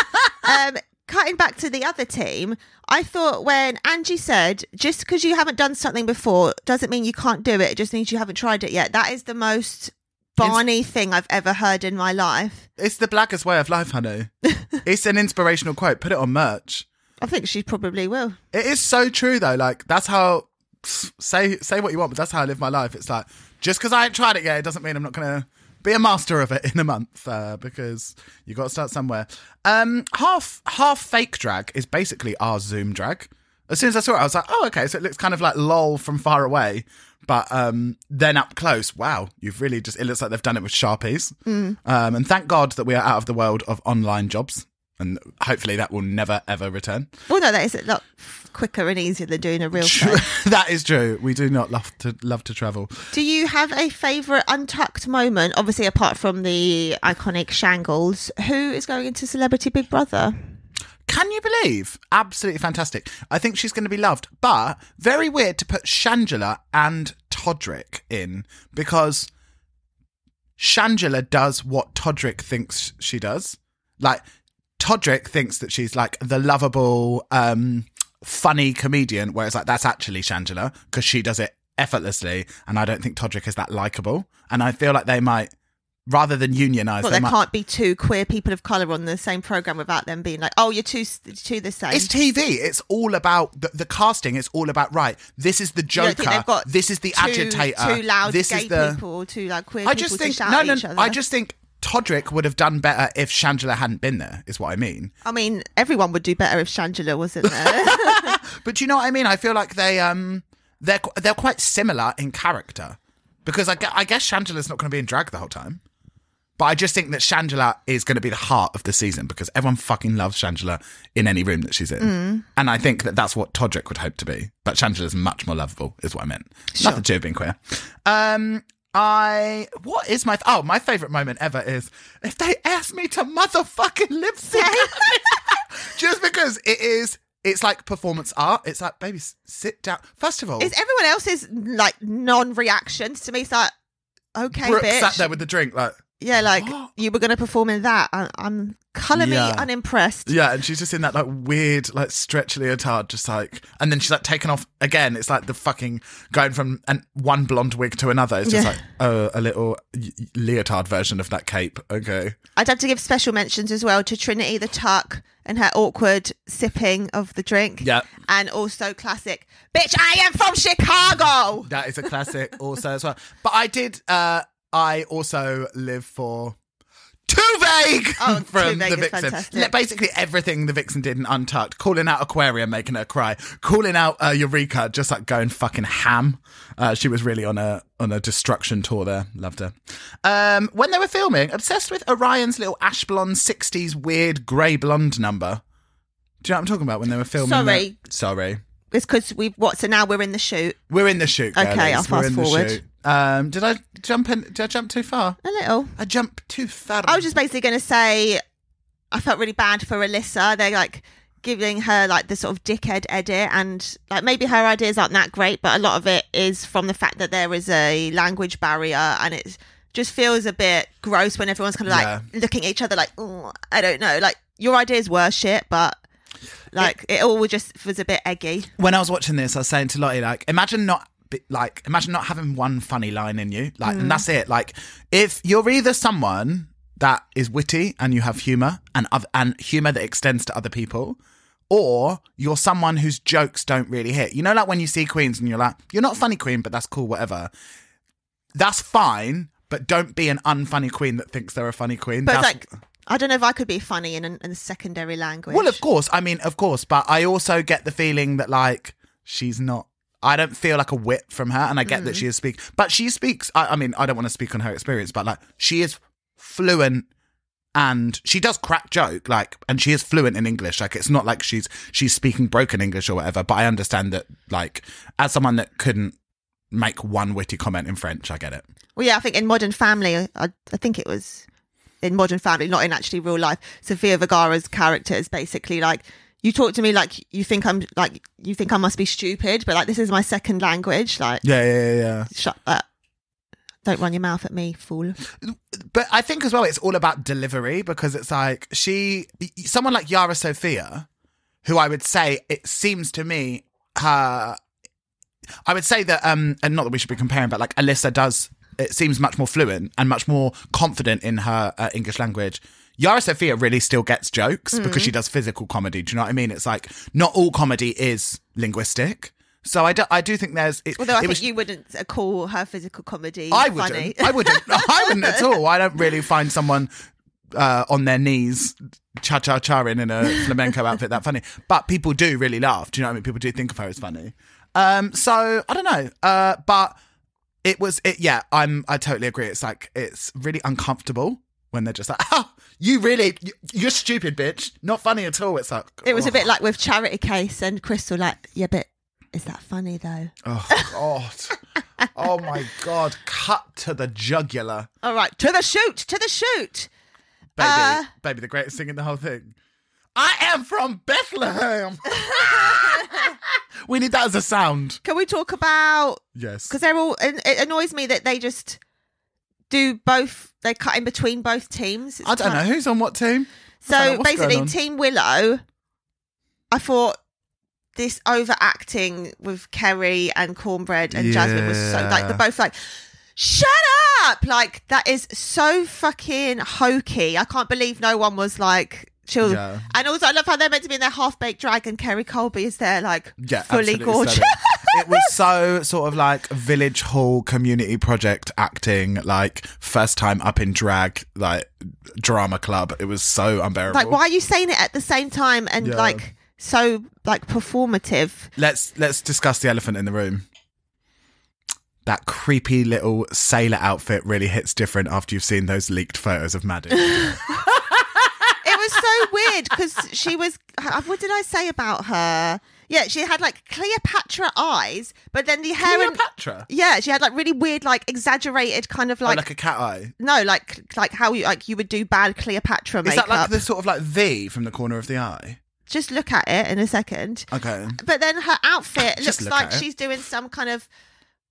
[SPEAKER 2] um, cutting back to the other team, I thought when Angie said, just because you haven't done something before doesn't mean you can't do it. It just means you haven't tried it yet. That is the most Barney thing I've ever heard in my life.
[SPEAKER 1] It's the blackest way of life, honey. it's an inspirational quote. Put it on merch.
[SPEAKER 2] I think she probably will.
[SPEAKER 1] It is so true though. Like that's how say say what you want, but that's how I live my life. It's like just because I ain't tried it yet, it doesn't mean I'm not gonna be a master of it in a month uh, because you got to start somewhere. Um, half half fake drag is basically our Zoom drag. As soon as I saw it, I was like, oh okay, so it looks kind of like lol from far away. But um, then up close, wow, you've really just, it looks like they've done it with Sharpies. Um, and thank God that we are out of the world of online jobs. And hopefully that will never, ever return.
[SPEAKER 2] Well, no, that is a lot quicker and easier than doing a real show.
[SPEAKER 1] that is true. We do not love to love to travel.
[SPEAKER 2] Do you have a favourite untucked moment? Obviously, apart from the iconic Shangles, who is going into Celebrity Big Brother?
[SPEAKER 1] Can you believe? Absolutely fantastic. I think she's going to be loved, but very weird to put Shangela and Todrick in because Shangela does what Todrick thinks she does. Like Todrick thinks that she's like the lovable, um, funny comedian, whereas like that's actually Shangela because she does it effortlessly, and I don't think Todrick is that likable. And I feel like they might, rather than unionize,
[SPEAKER 2] Well,
[SPEAKER 1] they
[SPEAKER 2] there
[SPEAKER 1] might.
[SPEAKER 2] can't be two queer people of colour on the same programme without them being like, oh, you're two, two the same.
[SPEAKER 1] It's TV. It's all about the, the casting. It's all about right. This is the
[SPEAKER 2] You don't
[SPEAKER 1] Joker.
[SPEAKER 2] think they've got
[SPEAKER 1] this is the
[SPEAKER 2] two-
[SPEAKER 1] agitator.
[SPEAKER 2] Two loud
[SPEAKER 1] this
[SPEAKER 2] gay
[SPEAKER 1] is the.
[SPEAKER 2] people, two loud queer
[SPEAKER 1] I
[SPEAKER 2] people
[SPEAKER 1] just
[SPEAKER 2] to
[SPEAKER 1] think
[SPEAKER 2] shout
[SPEAKER 1] no,
[SPEAKER 2] at
[SPEAKER 1] no.
[SPEAKER 2] each other.
[SPEAKER 1] I just think Todrick would have done better if Shangela hadn't been there. Is what I mean.
[SPEAKER 2] I mean, everyone would do better if Shangela wasn't there.
[SPEAKER 1] But do you know what I mean? I feel like they um they're qu- they're quite similar in character because I, gu- I guess Shangela's not going to be in drag the whole time. But I just think that Shangela is going to be the heart of the season because everyone fucking loves Shangela in any room that she's in. And I think that that's what Todrick would hope to be. But Shangela's much more lovable, is what I meant. Nothing to do with being queer. Um, I, what is my, oh, my favourite moment ever is if they ask me to motherfucking lip sync. just because it is it's like performance art it's like baby s- sit down first of all
[SPEAKER 2] It's everyone else's like non-reactions to me. It's like, okay,
[SPEAKER 1] brooke
[SPEAKER 2] bitch.
[SPEAKER 1] sat there with the drink like
[SPEAKER 2] yeah, like
[SPEAKER 1] What?
[SPEAKER 2] you were going to perform in that. I- I'm colour me
[SPEAKER 1] Yeah.
[SPEAKER 2] unimpressed.
[SPEAKER 1] yeah and she's just in that like weird like stretch leotard just like and then she's like taken off again it's like the fucking going from an one blonde wig to another it's just
[SPEAKER 2] Yeah.
[SPEAKER 1] like uh, a little y- y- leotard version of that cape okay
[SPEAKER 2] I'd have to give special mentions as well to Trinity the Tuck and her awkward sipping of the drink.
[SPEAKER 1] Yeah.
[SPEAKER 2] And also classic, bitch, I am from Chicago.
[SPEAKER 1] That is a classic also as well. But I did uh I also live for Too Vague
[SPEAKER 2] Oh, Too
[SPEAKER 1] from
[SPEAKER 2] Vague
[SPEAKER 1] the
[SPEAKER 2] is
[SPEAKER 1] Vixen.
[SPEAKER 2] fantastic.
[SPEAKER 1] Le- Basically everything the Vixen did in Untucked, calling out Aquaria, making her cry, calling out uh, Eureka, just like going fucking ham. Uh, she was really on a on a destruction tour there. Loved her. Um, when they were filming, obsessed with Orion's little ash blonde sixties weird grey blonde number. Do you know what I'm talking about when they were filming?
[SPEAKER 2] Sorry.
[SPEAKER 1] that? Sorry.
[SPEAKER 2] It's because we've what? So now we're in the shoot
[SPEAKER 1] We're in the shoot.
[SPEAKER 2] Okay,
[SPEAKER 1] girlies.
[SPEAKER 2] I'll
[SPEAKER 1] We're
[SPEAKER 2] fast
[SPEAKER 1] in the
[SPEAKER 2] forward.
[SPEAKER 1] shoot. Um, did I jump in? Did I jump too far?
[SPEAKER 2] a little.
[SPEAKER 1] I jumped too far.
[SPEAKER 2] I was just basically going to say, I felt really bad for Alyssa. They're like giving her like the sort of dickhead edit, and like maybe her ideas aren't that great, but a lot of it is from the fact that there is a language barrier, and it just feels a bit gross when everyone's kind of like looking at each other, like "Mm, I don't know, like your ideas were shit, but like it, all just was a bit eggy.
[SPEAKER 1] when I was watching this, I was saying to Lottie, like, imagine not. be- Like, imagine not having one funny line in you, like,
[SPEAKER 2] Hmm.
[SPEAKER 1] and that's it. Like, if you're either someone that is witty and you have humor, and oth- and humor that extends to other people, or you're someone whose jokes don't really hit. You know, like when you see queens and you're like, you're not a funny queen, but that's cool, whatever. That's fine, but don't be an unfunny queen that thinks they're a funny queen.
[SPEAKER 2] But
[SPEAKER 1] that's,
[SPEAKER 2] it's like I don't know if I could be funny in an- in a secondary language.
[SPEAKER 1] Well, of course. I mean, of course. But I also get the feeling that, like, she's not. I don't feel like a whip from her. And I get that she is speak. But she speaks. I, I mean, I don't want to speak on her experience, but, like, she is fluent and she does crack joke like and she is fluent in english like it's not like she's she's speaking broken english or whatever but i understand that like as someone that couldn't make one witty comment in french i get it
[SPEAKER 2] Well, yeah, I think in Modern Family, I, I think it was in Modern Family, not in actually real life. Sofia Vergara's character is basically like, "You talk to me like you think I'm like you think I must be stupid, but like this is my second language." Like,
[SPEAKER 1] yeah yeah yeah, yeah.
[SPEAKER 2] shut up. Don't run your mouth at me, fool.
[SPEAKER 1] But I think as well, it's all about delivery because it's like she, someone like Yara Sophia, who I would say it seems to me her, I would say that, um, and not that we should be comparing, but like Alyssa does, it seems much more fluent and much more confident in her uh, English language. Yara Sophia really still gets jokes
[SPEAKER 2] Hmm.
[SPEAKER 1] because she does physical comedy. Do you know what I mean? It's like not all comedy is linguistic. So I do, I do think there's. It,
[SPEAKER 2] Although I
[SPEAKER 1] it
[SPEAKER 2] think
[SPEAKER 1] was-
[SPEAKER 2] you wouldn't uh, call her physical comedy
[SPEAKER 1] I wouldn't.
[SPEAKER 2] funny.
[SPEAKER 1] I wouldn't. I wouldn't at all. I don't really find someone uh, on their knees cha cha charing in a flamenco outfit that funny. But people do really laugh. Do you know what I mean? People do think of her as funny. Um, so I don't know. Uh, but it was. It yeah. I'm. I totally agree. It's like it's really uncomfortable when they're just like, oh, you really, you- you're stupid, bitch. Not funny at all. It's like
[SPEAKER 2] it was a
[SPEAKER 1] oh,
[SPEAKER 2] bit like with Charity Case and Crystal, like, yeah, but is that funny though?
[SPEAKER 1] Oh god. oh my god. Cut to the jugular.
[SPEAKER 2] All right, to the shoot, to the shoot.
[SPEAKER 1] Baby,
[SPEAKER 2] Uh,
[SPEAKER 1] baby, the greatest thing in the whole thing. I am from Bethlehem. we need that as a sound.
[SPEAKER 2] Can we talk about
[SPEAKER 1] Yes.
[SPEAKER 2] because they're all and it annoys me that they just do both they cut in between both teams It's
[SPEAKER 1] I don't know
[SPEAKER 2] kind of-
[SPEAKER 1] who's on what team. I don't know
[SPEAKER 2] so
[SPEAKER 1] what's going
[SPEAKER 2] basically
[SPEAKER 1] on.
[SPEAKER 2] team willow i thought this overacting with kerry and cornbread and jasmine was so like they're
[SPEAKER 1] Yeah.
[SPEAKER 2] both like shut up like that is so fucking hokey i can't believe no one was like chill
[SPEAKER 1] Yeah.
[SPEAKER 2] and also i love how they're meant to be in their half-baked drag and kerry colby is there like
[SPEAKER 1] Yeah,
[SPEAKER 2] fully
[SPEAKER 1] absolutely
[SPEAKER 2] gorgeous
[SPEAKER 1] stunning. it was so sort of like village hall community project acting, like first time up in drag, like drama club. It was so unbearable.
[SPEAKER 2] like why are you saying it at the same time and
[SPEAKER 1] Yeah.
[SPEAKER 2] like so like performative
[SPEAKER 1] Let's let's discuss the elephant in the room. That creepy little sailor outfit really hits different after you've seen those leaked photos of Maddie.
[SPEAKER 2] it was so weird because she was h- what did i say about her yeah she had like cleopatra eyes but then the hair and
[SPEAKER 1] Cleopatra?
[SPEAKER 2] yeah she had like really weird like exaggerated kind of
[SPEAKER 1] Oh,
[SPEAKER 2] like,
[SPEAKER 1] like a cat eye.
[SPEAKER 2] no like like how you like you would do bad cleopatra
[SPEAKER 1] Is
[SPEAKER 2] makeup
[SPEAKER 1] that like the sort of like V from the corner of the eye?
[SPEAKER 2] just look at it in a second
[SPEAKER 1] Okay.
[SPEAKER 2] but then her outfit
[SPEAKER 1] Uh, Just
[SPEAKER 2] looks
[SPEAKER 1] look
[SPEAKER 2] like
[SPEAKER 1] at it.
[SPEAKER 2] she's doing some kind of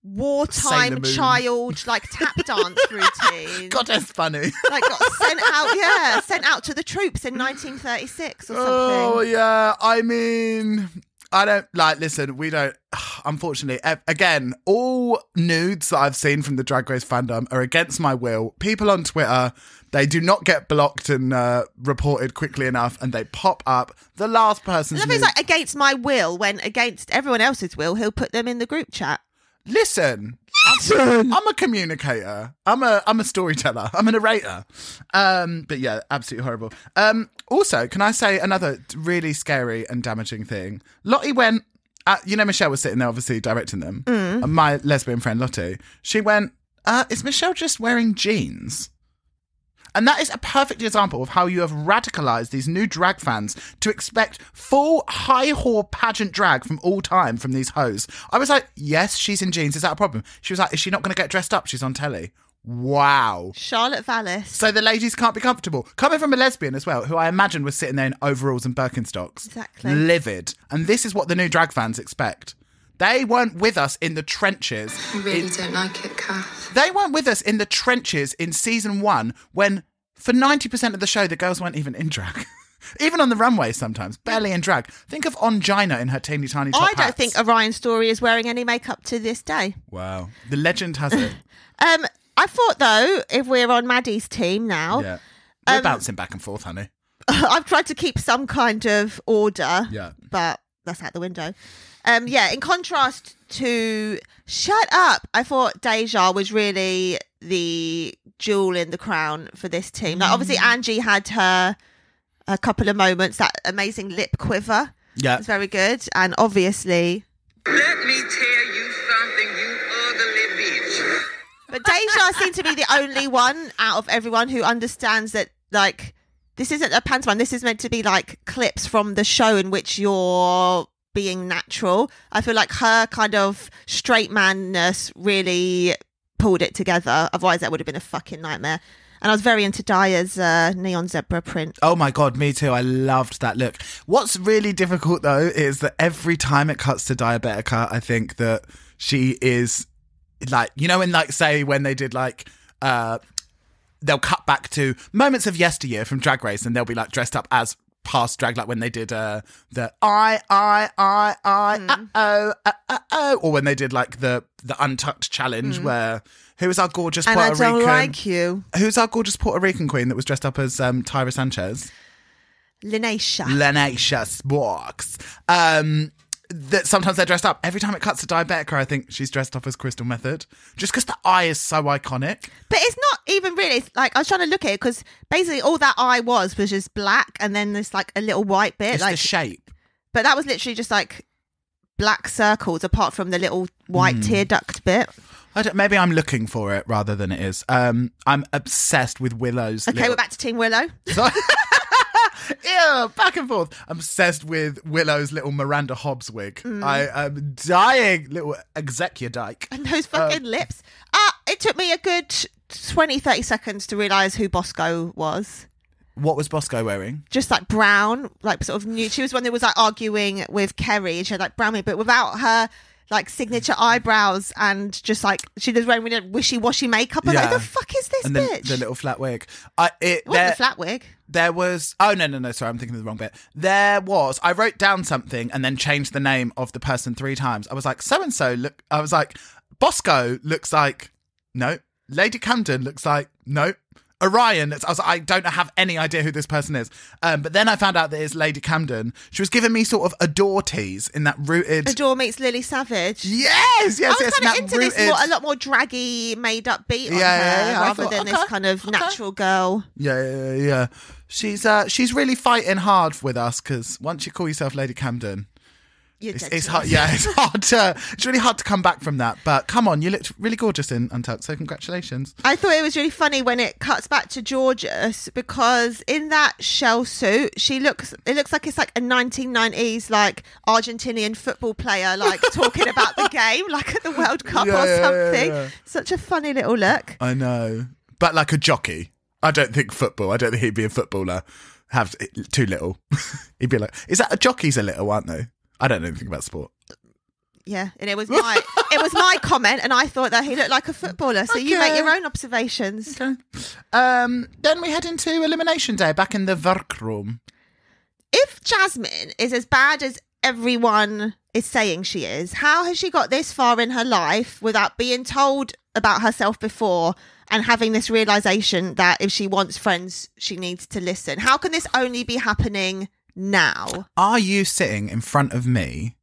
[SPEAKER 1] Sailor
[SPEAKER 2] wartime
[SPEAKER 1] Moon.
[SPEAKER 2] child like tap dance routine
[SPEAKER 1] God, that's funny.
[SPEAKER 2] like got sent out yeah sent out to the troops in 1936 or something
[SPEAKER 1] Oh yeah. I mean, I don't like. Listen, we don't. Unfortunately, ev- again, all nudes that I've seen from the Drag Race fandom are against my will. People on Twitter, they do not get blocked and uh, reported quickly enough, and they pop up. The last person's
[SPEAKER 2] Love is
[SPEAKER 1] nude-
[SPEAKER 2] like against my will when against everyone else's will he'll put them in the group chat
[SPEAKER 1] listen. I'm, I'm a communicator. I'm a I'm a storyteller. I'm a narrator. Um, but yeah, absolutely horrible. Um, also, can I say another really scary and damaging thing? Lottie went. Uh, you know, Michelle was sitting there, obviously directing them. And my lesbian friend Lottie. She went. Uh, is Michelle just wearing jeans? And that is a perfect example of how you have radicalized these new drag fans to expect full high whore pageant drag from all time from these hoes. I was like, yes, she's in jeans. Is that a problem? She was like, is she not going to get dressed up? She's on telly. Wow.
[SPEAKER 2] charlotte vallis
[SPEAKER 1] So the ladies can't be comfortable. Coming from a lesbian as well, who I imagine was sitting there in overalls and Birkenstocks.
[SPEAKER 2] Exactly.
[SPEAKER 1] Livid. And this is what the new drag fans expect. They weren't with us in the trenches.
[SPEAKER 6] I really don't like it, Kath.
[SPEAKER 1] They weren't with us in the trenches in season one when, for 90% of the show, the girls weren't even in drag. even on the runway sometimes, barely in drag. Think of Ongina in her teeny tiny top
[SPEAKER 2] i don't
[SPEAKER 1] hats.
[SPEAKER 2] think orion story is wearing any makeup to this day
[SPEAKER 1] Wow. The legend has it.
[SPEAKER 2] um i thought though if we're on maddie's team now
[SPEAKER 1] yeah.
[SPEAKER 2] um,
[SPEAKER 1] We're bouncing back and forth, honey.
[SPEAKER 2] I've tried to keep some kind of order.
[SPEAKER 1] Yeah.
[SPEAKER 2] But that's out the window. Um, yeah, in contrast to Shut Up, I thought Deja was really the jewel in the crown for this team. Like obviously
[SPEAKER 1] Mm.
[SPEAKER 2] Angie had her a couple of moments, that amazing lip quiver.
[SPEAKER 1] Yeah.
[SPEAKER 2] It's very good. And obviously
[SPEAKER 4] Let me tell you something, you ugly bitch.
[SPEAKER 2] But Deja seemed to be the only one out of everyone who understands that, like, this isn't a pantomime. This is meant to be like clips from the show in which you're being natural. I feel like her kind of straight manness really pulled it together. Otherwise, that would have been a fucking nightmare. And I was very into Daya's uh, neon zebra print.
[SPEAKER 1] Oh my god, me too. I loved that look. What's really difficult though is that every time it cuts to diabetica, I think that she is like you know, in like say when they did like uh, they'll cut back to moments of yesteryear from Drag Race, and they'll be like dressed up as past drag, like when they did uh the I I I I
[SPEAKER 2] Hmm.
[SPEAKER 1] uh oh uh oh, or when they did like the the Untucked challenge where who is our gorgeous
[SPEAKER 2] Hmm. and I
[SPEAKER 1] Puerto
[SPEAKER 2] don't
[SPEAKER 1] Rican?
[SPEAKER 2] like you.
[SPEAKER 1] Who's our gorgeous Puerto Rican queen that was dressed up as um, Tyra Sanchez?
[SPEAKER 2] Linacia.
[SPEAKER 1] Lenacia Sparks. Um, that sometimes they're dressed up. Every time it cuts to Diabetica, I think she's dressed up as Crystal Method. Just because the eye is so iconic.
[SPEAKER 2] But it's not even really it's like I was trying to look at it because basically all that eye was was just black and then there's like a little white bit.
[SPEAKER 1] It's
[SPEAKER 2] like,
[SPEAKER 1] the shape.
[SPEAKER 2] but that was literally just like black circles apart from the little
[SPEAKER 1] Hmm.
[SPEAKER 2] white tear duct bit.
[SPEAKER 1] I don't, maybe I'm looking for it rather than it is. Um, I'm obsessed with Willow's.
[SPEAKER 2] Okay, we're back to Team Willow.
[SPEAKER 1] back. Ew, back and forth. I'm obsessed with Willow's little Miranda Hobbs wig.
[SPEAKER 2] Mm.
[SPEAKER 1] I am dying, little Executive Dyke.
[SPEAKER 2] And those fucking lips. Ah, it took me a good 20, 30 seconds to realise who Bosco was.
[SPEAKER 1] What was Bosco wearing?
[SPEAKER 2] Just like brown, like sort of new. She was one that was like arguing with Kerry and she had like brown hair, but without her like signature eyebrows and just like she was wearing really wishy washy makeup. I'm like,
[SPEAKER 1] Yeah.
[SPEAKER 2] the fuck is this
[SPEAKER 1] and the,
[SPEAKER 2] bitch?
[SPEAKER 1] the little flat wig. I it,
[SPEAKER 2] it wasn't
[SPEAKER 1] there,
[SPEAKER 2] a flat wig.
[SPEAKER 1] there was oh no no no sorry I'm thinking of the wrong bit. There was I wrote down something and then changed the name of the person three times. I was like so and so look. I was like Bosco looks like no. Lady Camden looks like no. Orion, looks- I was like, I don't have any idea who this person is. Um, but then I found out that it's Lady Camden. She was giving me sort of adore tease in that rooted.
[SPEAKER 2] Adore meets Lily Savage.
[SPEAKER 1] yes, yes,
[SPEAKER 2] I was
[SPEAKER 1] yes. in
[SPEAKER 2] kind
[SPEAKER 1] that
[SPEAKER 2] of into this
[SPEAKER 1] rooted-
[SPEAKER 2] more, a lot more draggy, made up beat on
[SPEAKER 1] Yeah,
[SPEAKER 2] her
[SPEAKER 1] yeah, yeah. I
[SPEAKER 2] rather
[SPEAKER 1] thought,
[SPEAKER 2] than this
[SPEAKER 1] okay,
[SPEAKER 2] kind of
[SPEAKER 1] okay.
[SPEAKER 2] natural girl.
[SPEAKER 1] Yeah, yeah, yeah, yeah. She's uh, she's really fighting hard with us because once you call yourself Lady Camden,
[SPEAKER 2] You're
[SPEAKER 1] it's,
[SPEAKER 2] dead
[SPEAKER 1] it's
[SPEAKER 2] to
[SPEAKER 1] hard.
[SPEAKER 2] us.
[SPEAKER 1] Yeah, it's hard to. It's really hard to come back from that. But come on, you looked really gorgeous in Untucked, so congratulations.
[SPEAKER 2] I thought it was really funny when it cuts back to Georges because in that shell suit, she looks. It looks like it's like a 1990s like Argentinian football player like talking about the game, like at the World Cup
[SPEAKER 1] Yeah,
[SPEAKER 2] or
[SPEAKER 1] yeah, yeah,
[SPEAKER 2] something.
[SPEAKER 1] yeah.
[SPEAKER 2] Such a funny little look.
[SPEAKER 1] I know, but like a jockey, I don't think football. I don't think he'd be a footballer. Have too little. he'd be like, is that a jockey's a little, aren't they? I don't know anything about sport.
[SPEAKER 2] Yeah, and it was my it was my comment, and I thought that he looked like a footballer. So you make
[SPEAKER 1] Okay.
[SPEAKER 2] your own observations.
[SPEAKER 1] Okay. Um, then we head into elimination day back in the workroom.
[SPEAKER 2] if Jasmine is as bad as everyone is saying she is, how has she got this far in her life without being told about herself before and having this realization that if she wants friends, she needs to listen? How can this only be happening now?
[SPEAKER 1] Are you sitting in front of me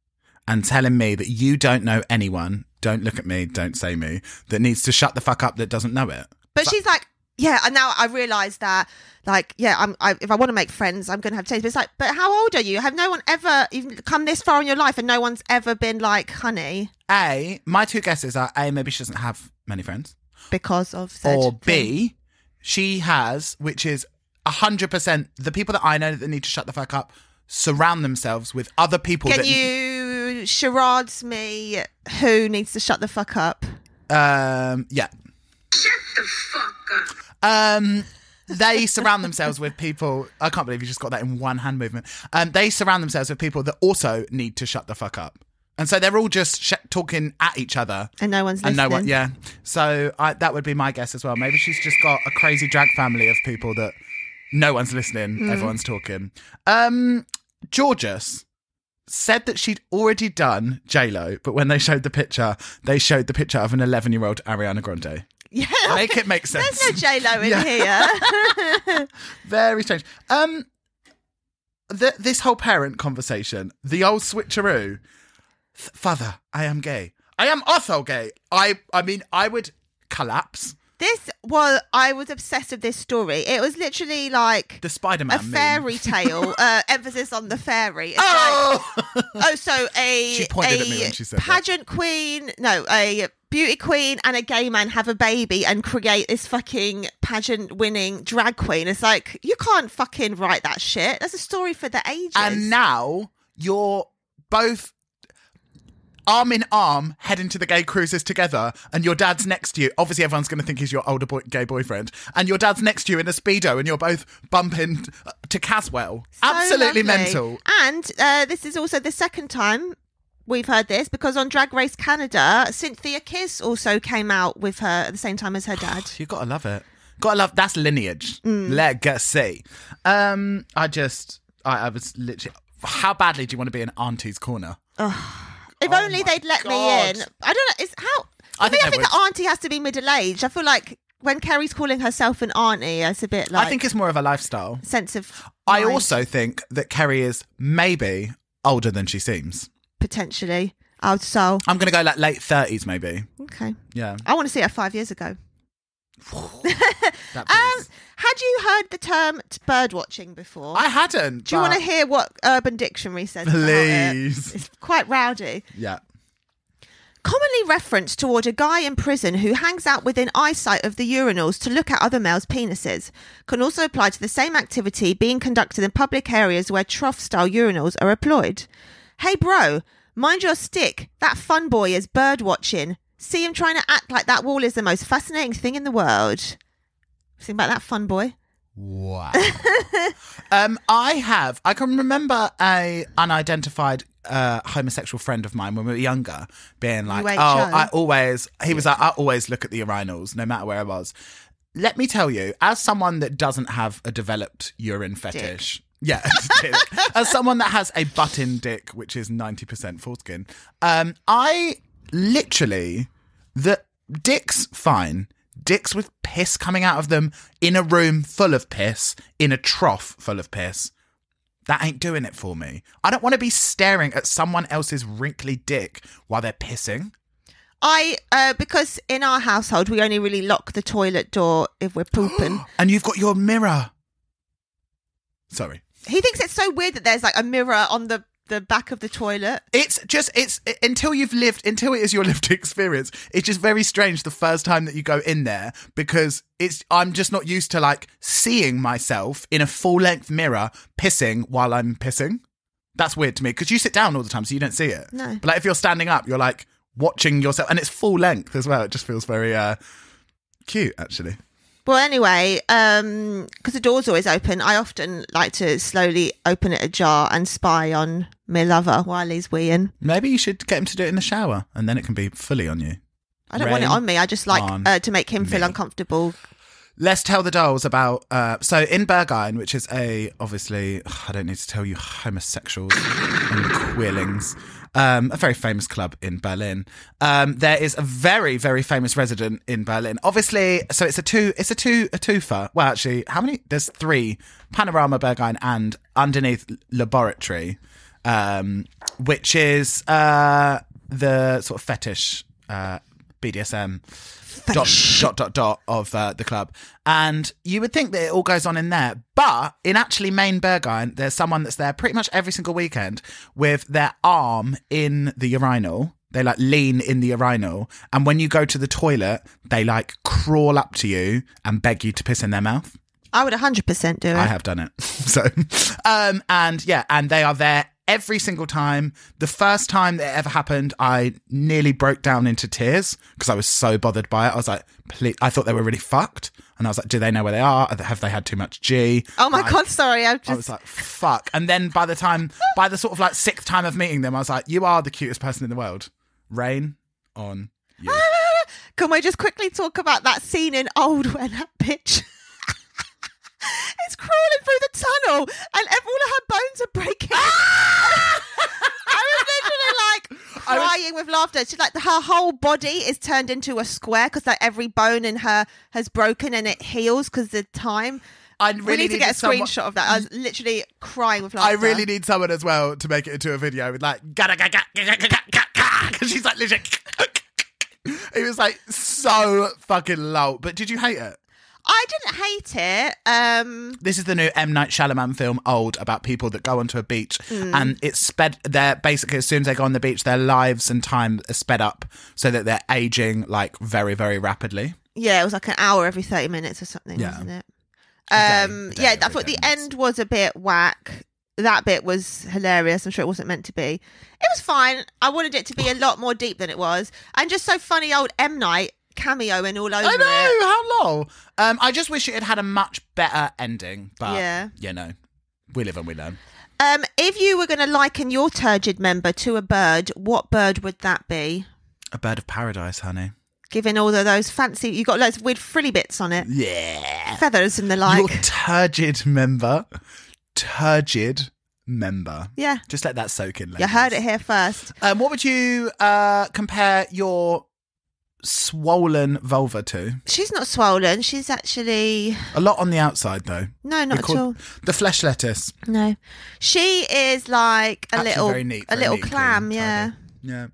[SPEAKER 1] and telling me that you don't know anyone, don't look at me, don't say me, that needs to shut the fuck up that doesn't know it?
[SPEAKER 2] But she's like, yeah, and now I realise that, like, yeah, I'm. I, if I want to make friends, I'm going to have to change. But it's like, but how old are you? Have no one ever you've come this far in your life, and no one's ever been like, honey,
[SPEAKER 1] A, my two guesses are A, maybe she doesn't have many friends,
[SPEAKER 2] because of said
[SPEAKER 1] or
[SPEAKER 2] thing."
[SPEAKER 1] B, she has, which is 100% the people that I know that need to shut the fuck up surround themselves with other people
[SPEAKER 2] Can
[SPEAKER 1] that
[SPEAKER 2] you charades me who needs to shut the fuck up?
[SPEAKER 1] um yeah
[SPEAKER 4] Shut the fuck up.
[SPEAKER 1] Um, they surround themselves with people. I can't believe you just got that in one hand movement. Um, they surround themselves with people that also need to shut the fuck up, and so they're all just sh- talking at each other.
[SPEAKER 2] And no one's
[SPEAKER 1] And no one,
[SPEAKER 2] listening.
[SPEAKER 1] yeah. So I, that would be my guess as well. Maybe she's just got a crazy drag family of people that no one's listening.
[SPEAKER 2] Hmm.
[SPEAKER 1] Everyone's talking. Um, Georges said that she'd already done J Lo, but when they showed the picture, they showed the picture of an eleven-year-old Ariana Grande.
[SPEAKER 2] Yeah.
[SPEAKER 1] Make it make sense.
[SPEAKER 2] Oh, There's no J Lo in
[SPEAKER 1] Yeah.
[SPEAKER 2] here.
[SPEAKER 1] Very strange. Um, th- this whole parent conversation, the old switcheroo. Th- Father, I am gay. I am also gay. I, I mean, I would collapse.
[SPEAKER 2] This was I was obsessed with this story. It was literally like
[SPEAKER 1] The Spider Man.
[SPEAKER 2] a fairy tale. uh, emphasis on the fairy. It's
[SPEAKER 1] Oh,
[SPEAKER 2] like, oh, so a
[SPEAKER 1] She pointed at me
[SPEAKER 2] a
[SPEAKER 1] when she said that.
[SPEAKER 2] pageant queen. No, a beauty queen and a gay man have a baby and create this fucking pageant winning drag queen. It's like you can't fucking write that shit. That's a story for the ages.
[SPEAKER 1] and now you're both arm in arm heading to the gay cruises together, and your dad's next to you. Obviously, everyone's going to think he's your older boy- gay boyfriend, and your dad's next to you in a speedo, and you're both bumping t- to Caswell.
[SPEAKER 2] So
[SPEAKER 1] Absolutely
[SPEAKER 2] lovely.
[SPEAKER 1] mental.
[SPEAKER 2] And uh, this is also the second time we've heard this because on Drag Race Canada, Cynthia Kiss also came out with her at the same time as her dad.
[SPEAKER 1] You gotta love it. Gotta love that's lineage. Legacy. Um, I just, I, I was literally. How badly do you want to be in Auntie's corner?
[SPEAKER 2] If only
[SPEAKER 1] Oh my
[SPEAKER 2] they'd let me
[SPEAKER 1] God.
[SPEAKER 2] in. I don't know. Is how.
[SPEAKER 1] I
[SPEAKER 2] I
[SPEAKER 1] think
[SPEAKER 2] think, I
[SPEAKER 1] they
[SPEAKER 2] think
[SPEAKER 1] would.
[SPEAKER 2] auntie has to be middle aged. I feel like when Kerry's calling herself an auntie, it's a bit like
[SPEAKER 1] I think it's more of a lifestyle.
[SPEAKER 2] sense of.
[SPEAKER 1] I
[SPEAKER 2] mind,
[SPEAKER 1] also think that Kerry is maybe older than she seems.
[SPEAKER 2] potentially. Oh, so
[SPEAKER 1] I'm gonna go like late thirties, maybe.
[SPEAKER 2] okay.
[SPEAKER 1] Yeah.
[SPEAKER 2] I want to see her five years ago.
[SPEAKER 1] That
[SPEAKER 2] Um,
[SPEAKER 1] feels-
[SPEAKER 2] had you heard the term t- bird watching before?
[SPEAKER 1] I hadn't.
[SPEAKER 2] Do you want to
[SPEAKER 1] but-
[SPEAKER 2] hear what Urban Dictionary says? about it?
[SPEAKER 1] Please.
[SPEAKER 2] it's quite rowdy.
[SPEAKER 1] Yeah.
[SPEAKER 2] Commonly referenced toward a guy in prison who hangs out within eyesight of the urinals to look at other males' penises. Can also apply to the same activity being conducted in public areas where trough style urinals are employed. Hey, bro, mind your stick. That fun boy is bird watching. See him trying to act like that wall is the most fascinating thing in the world. Think about that fun boy.
[SPEAKER 1] Wow. um, I have. I can remember a unidentified uh, homosexual friend of mine when we were younger being like,
[SPEAKER 2] UHO.
[SPEAKER 1] "Oh, I always." He was like, "I always look at the urinals, no matter where I was." Let me tell you, as someone that doesn't have a developed urine fetish. Yeah, dick. as someone that has a button dick, which is ninety percent foreskin, um, I literally the dicks fine dicks with piss coming out of them in a room full of piss in a trough full of piss that ain't doing it for me i don't want to be staring at someone else's wrinkly dick while they're pissing
[SPEAKER 2] I uh, because in our household we only really lock the toilet door if we're pooping.
[SPEAKER 1] and you've got your mirror sorry
[SPEAKER 2] he thinks it's so weird that there's like a mirror on the the back of the toilet.
[SPEAKER 1] it's just it's until you've lived until it is your lived experience it's just very strange the first time that you go in there because it's i'm just not used to like seeing myself in a full length mirror pissing while i'm pissing that's weird to me because you sit down all the time so you don't see it
[SPEAKER 2] No.
[SPEAKER 1] but like if you're standing up you're like watching yourself and it's full length as well it just feels very uh cute actually
[SPEAKER 2] Well, anyway, um, because the door's always open, I often like to slowly open it ajar and spy on my lover while he's weeing.
[SPEAKER 1] maybe you should get him to do it in the shower and then it can be fully on you
[SPEAKER 2] I don't want it
[SPEAKER 1] Rain
[SPEAKER 2] on me. I just like
[SPEAKER 1] on
[SPEAKER 2] uh, to make him feel
[SPEAKER 1] me.
[SPEAKER 2] uncomfortable.
[SPEAKER 1] Let's tell the dolls about. Uh, so in Bergheim, which is a obviously, I don't need to tell you homosexuals and queerlings, um, a very famous club in Berlin. Um, there is a very very famous resident in Berlin. Obviously, so it's a two, it's a two, a twofer. Well, actually, how many? There's three: Panorama Bergheim and underneath Laboratory, um, which is uh, the sort of fetish. Uh, BDSM dot dot dot dot of uh, the club, and you would think that it all goes on in there, but in actually main Bergheim, there's someone that's there pretty much every single weekend with their arm in the urinal. They like lean in the urinal, and when you go to the toilet, they like crawl up to you and beg you to piss in their mouth.
[SPEAKER 2] I would 100% do it.
[SPEAKER 1] I have done it. So, um, and yeah, and they are there every single time. The first time that it ever happened, I nearly broke down into tears because I was so bothered by it. I was like, please, I thought they were really fucked. And I was like, do they know where they are? Have they had too much G?
[SPEAKER 2] oh my
[SPEAKER 1] Like,
[SPEAKER 2] God, sorry. I've
[SPEAKER 1] I
[SPEAKER 2] just.
[SPEAKER 1] was like, fuck. And then by the time, by the sort of like sixth time of meeting them, I was like, you are the cutest person in the world. Rain on you.
[SPEAKER 2] Can we just quickly talk about that scene in Old where that bitch is crawling through the tunnel and ev- all of her bones are breaking? I was literally like
[SPEAKER 1] Ah! I was-
[SPEAKER 2] crying with laughter. She's like her whole body is turned into a square because like every bone in her has broken and it heals because the time.
[SPEAKER 1] I
[SPEAKER 2] we
[SPEAKER 1] really
[SPEAKER 2] need to get a
[SPEAKER 1] needed someone-
[SPEAKER 2] screenshot of that. I was literally crying with laughter.
[SPEAKER 1] I really need someone as well to make it into a video with like gada gada gada gada gada gada because she's like legit. It was like so fucking low. But did you hate it?
[SPEAKER 2] I didn't hate it. Um,
[SPEAKER 1] This is the new M Night Shyamalan film Old about people that go onto a beach and it's sped. They're basically as soon as they go on the beach, their lives and time are sped up so that they're aging like very very rapidly.
[SPEAKER 2] yeah, it was like an hour every 30 minutes or something,
[SPEAKER 1] Yeah.
[SPEAKER 2] wasn't it?
[SPEAKER 1] day-
[SPEAKER 2] Um,
[SPEAKER 1] day
[SPEAKER 2] yeah,
[SPEAKER 1] every
[SPEAKER 2] I thought the
[SPEAKER 1] 30 minutes.
[SPEAKER 2] end was a bit whack. That bit was hilarious. I'm sure it wasn't meant to be. It was fine. I wanted it to be a lot more deep than it was. And just so funny old M Night cameoing all over
[SPEAKER 1] I
[SPEAKER 2] it.
[SPEAKER 1] know how low. Um, I just wish it had had a much better ending. But
[SPEAKER 2] Yeah.
[SPEAKER 1] you know, we live and we learn.
[SPEAKER 2] Um, if you were going to liken your turgid member to a bird, what bird would that be?
[SPEAKER 1] A bird of paradise, honey.
[SPEAKER 2] Given all of those fancy, you got loads of weird frilly bits on it,
[SPEAKER 1] Yeah.
[SPEAKER 2] feathers and the
[SPEAKER 1] Your
[SPEAKER 2] like.
[SPEAKER 1] turgid member. Turgid member.
[SPEAKER 2] yeah,
[SPEAKER 1] Just let that soak in.
[SPEAKER 2] you
[SPEAKER 1] ladies.
[SPEAKER 2] heard it here first.
[SPEAKER 1] Um, what would you uh, compare your swollen vulva to?
[SPEAKER 2] She's not swollen. She's actually
[SPEAKER 1] A lot on the outside, though.
[SPEAKER 2] no,
[SPEAKER 1] We
[SPEAKER 2] not
[SPEAKER 1] call-
[SPEAKER 2] at all.
[SPEAKER 1] The flesh lettuce.
[SPEAKER 2] No, she is like a
[SPEAKER 1] Actually
[SPEAKER 2] little,
[SPEAKER 1] very neat,
[SPEAKER 2] a
[SPEAKER 1] very
[SPEAKER 2] little
[SPEAKER 1] neat,
[SPEAKER 2] clam.
[SPEAKER 1] clean,
[SPEAKER 2] yeah,
[SPEAKER 1] tidy. Yeah.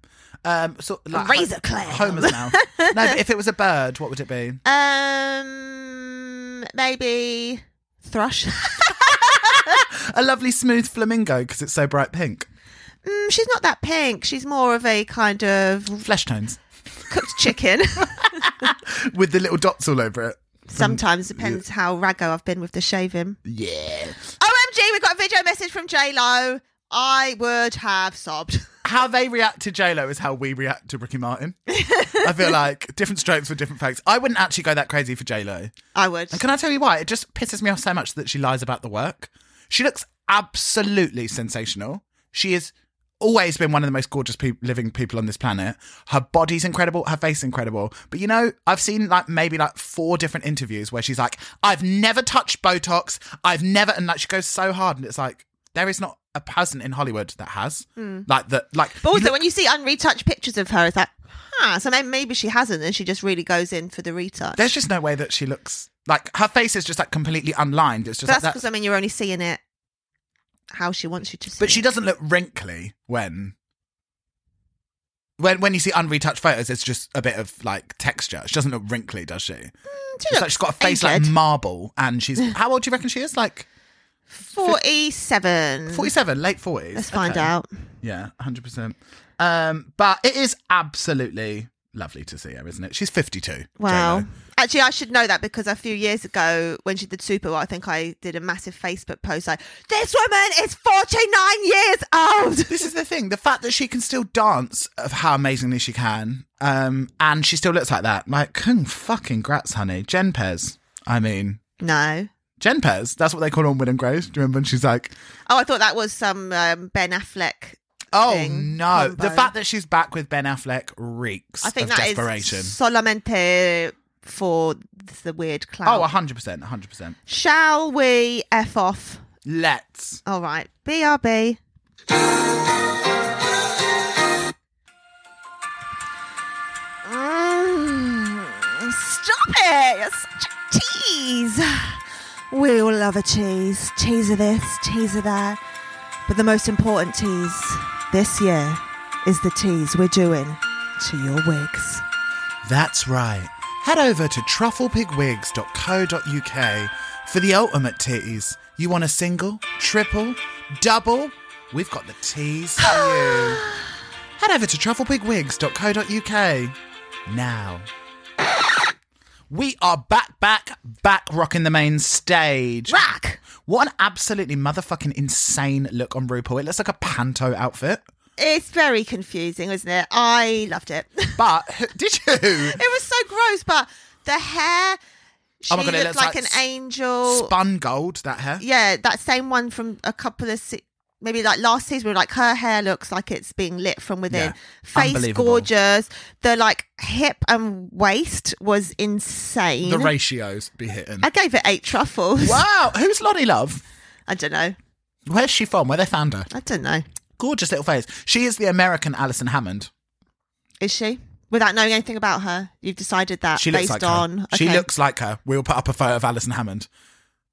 [SPEAKER 1] Um, so, like,
[SPEAKER 2] razor
[SPEAKER 1] Ho-
[SPEAKER 2] clam.
[SPEAKER 1] Homer's mouth. no, but if it was a bird, what would it be?
[SPEAKER 2] um, maybe thrush.
[SPEAKER 1] A lovely smooth flamingo because it's so bright pink.
[SPEAKER 2] Mm, she's not that pink. She's more of a kind of
[SPEAKER 1] Flesh tones
[SPEAKER 2] cooked chicken.
[SPEAKER 1] with the little dots all over it.
[SPEAKER 2] Sometimes depends how raggo I've been with the shaving.
[SPEAKER 1] Yeah.
[SPEAKER 2] OMG, we got a video message from J Lo. I would have sobbed.
[SPEAKER 1] How they react to J Lo is how we react to Ricky Martin. I feel like different strokes for different folks. I wouldn't actually go that crazy for J Lo.
[SPEAKER 2] I would.
[SPEAKER 1] And can I tell you why? It just pisses me off so much that she lies about the work. She looks absolutely sensational. She has always been one of the most gorgeous peop living people on this planet. Her body's incredible, her face incredible. But you know, I've seen like maybe like four different interviews where she's like, "I've never touched Botox. I've never," and like she goes so hard, and it's like there is not a person in Hollywood that has like that. Like,
[SPEAKER 2] Hmm. But also, when you see unretouched pictures of her, it's like, huh. So may- maybe she hasn't, and she just really goes in for the retouch.
[SPEAKER 1] there's just no way that she looks like her face is just like completely unlined. It's just
[SPEAKER 2] But that's
[SPEAKER 1] like
[SPEAKER 2] because I mean you're only seeing it how she wants you to see.
[SPEAKER 1] But she
[SPEAKER 2] it.
[SPEAKER 1] doesn't look wrinkly when when when you see unretouched photos. It's just a bit of like texture. She doesn't look wrinkly, does she?
[SPEAKER 2] She
[SPEAKER 1] It's like
[SPEAKER 2] looks
[SPEAKER 1] she's got a face like
[SPEAKER 2] aged.
[SPEAKER 1] marble, and she's how old do you reckon she is? Like
[SPEAKER 2] forty-seven.
[SPEAKER 1] forty-seven, late forties.
[SPEAKER 2] Let's find out.
[SPEAKER 1] Yeah, hundred percent. Um, but it is absolutely lovely to see her, isn't it? She's fifty-two.
[SPEAKER 2] Wow.
[SPEAKER 1] J-Lo.
[SPEAKER 2] Actually, I should know that because a few years ago, when she did Super, Bowl, I think I did a massive Facebook post like, "This woman is forty-nine years old."
[SPEAKER 1] This is the thing: the fact that she can still dance, of how amazingly she can, um, and she still looks like that. Like, hmm, fucking grats, honey. Jen Pez. I mean,
[SPEAKER 2] No.
[SPEAKER 1] Jen Pez. That's what they call her on Will and Grace. Do you remember when she's like,
[SPEAKER 2] Oh, I thought that was some um, Ben Affleck.
[SPEAKER 1] oh
[SPEAKER 2] Thing,
[SPEAKER 1] no.
[SPEAKER 2] combo.
[SPEAKER 1] The fact that she's back with Ben Affleck reeks
[SPEAKER 2] I think
[SPEAKER 1] of
[SPEAKER 2] that is
[SPEAKER 1] desperation.
[SPEAKER 2] solamente for the weird clown.
[SPEAKER 1] Oh, 100%. 100%.
[SPEAKER 2] Shall we f off?
[SPEAKER 1] Let's.
[SPEAKER 2] All right, brb. Mm, stop it! You're such a tease. We all love a tease. Tease of this, tease of that. But the most important tease this year is the tease we're doing to your wigs.
[SPEAKER 1] That's right. Head over to trufflepigwigs.co.uk for the ultimate teas. You want a single, triple, double? We've got the teas for you. Head over to trufflepigwigs.co.uk now. We are back, back, back rocking the main stage.
[SPEAKER 2] Rack!
[SPEAKER 1] What an absolutely motherfucking insane look on RuPaul. It looks like a panto outfit.
[SPEAKER 2] It's very confusing, isn't it? I loved it.
[SPEAKER 1] But did you?
[SPEAKER 2] It was so gross, but the hair. She
[SPEAKER 1] Oh my God, it
[SPEAKER 2] looked
[SPEAKER 1] looks
[SPEAKER 2] like,
[SPEAKER 1] like
[SPEAKER 2] an
[SPEAKER 1] s-
[SPEAKER 2] angel.
[SPEAKER 1] Spun gold, that hair.
[SPEAKER 2] yeah, that same one from a couple of se- maybe like last season. We were like, her hair looks like it's being lit from within.
[SPEAKER 1] Yeah.
[SPEAKER 2] Face
[SPEAKER 1] Unbelievable.
[SPEAKER 2] gorgeous. The like hip and waist was insane.
[SPEAKER 1] The ratios be hitting.
[SPEAKER 2] I gave it eight truffles.
[SPEAKER 1] Wow, who's Lottie Love?
[SPEAKER 2] I don't know.
[SPEAKER 1] Where's she from? Where they found her?
[SPEAKER 2] I don't know.
[SPEAKER 1] Gorgeous little face. She is the American Alison Hammond.
[SPEAKER 2] Is she? Without knowing anything about her, you've decided that
[SPEAKER 1] She looks
[SPEAKER 2] based
[SPEAKER 1] like
[SPEAKER 2] on.
[SPEAKER 1] her. She
[SPEAKER 2] okay.
[SPEAKER 1] looks like her. We'll put up a photo of Alison Hammond.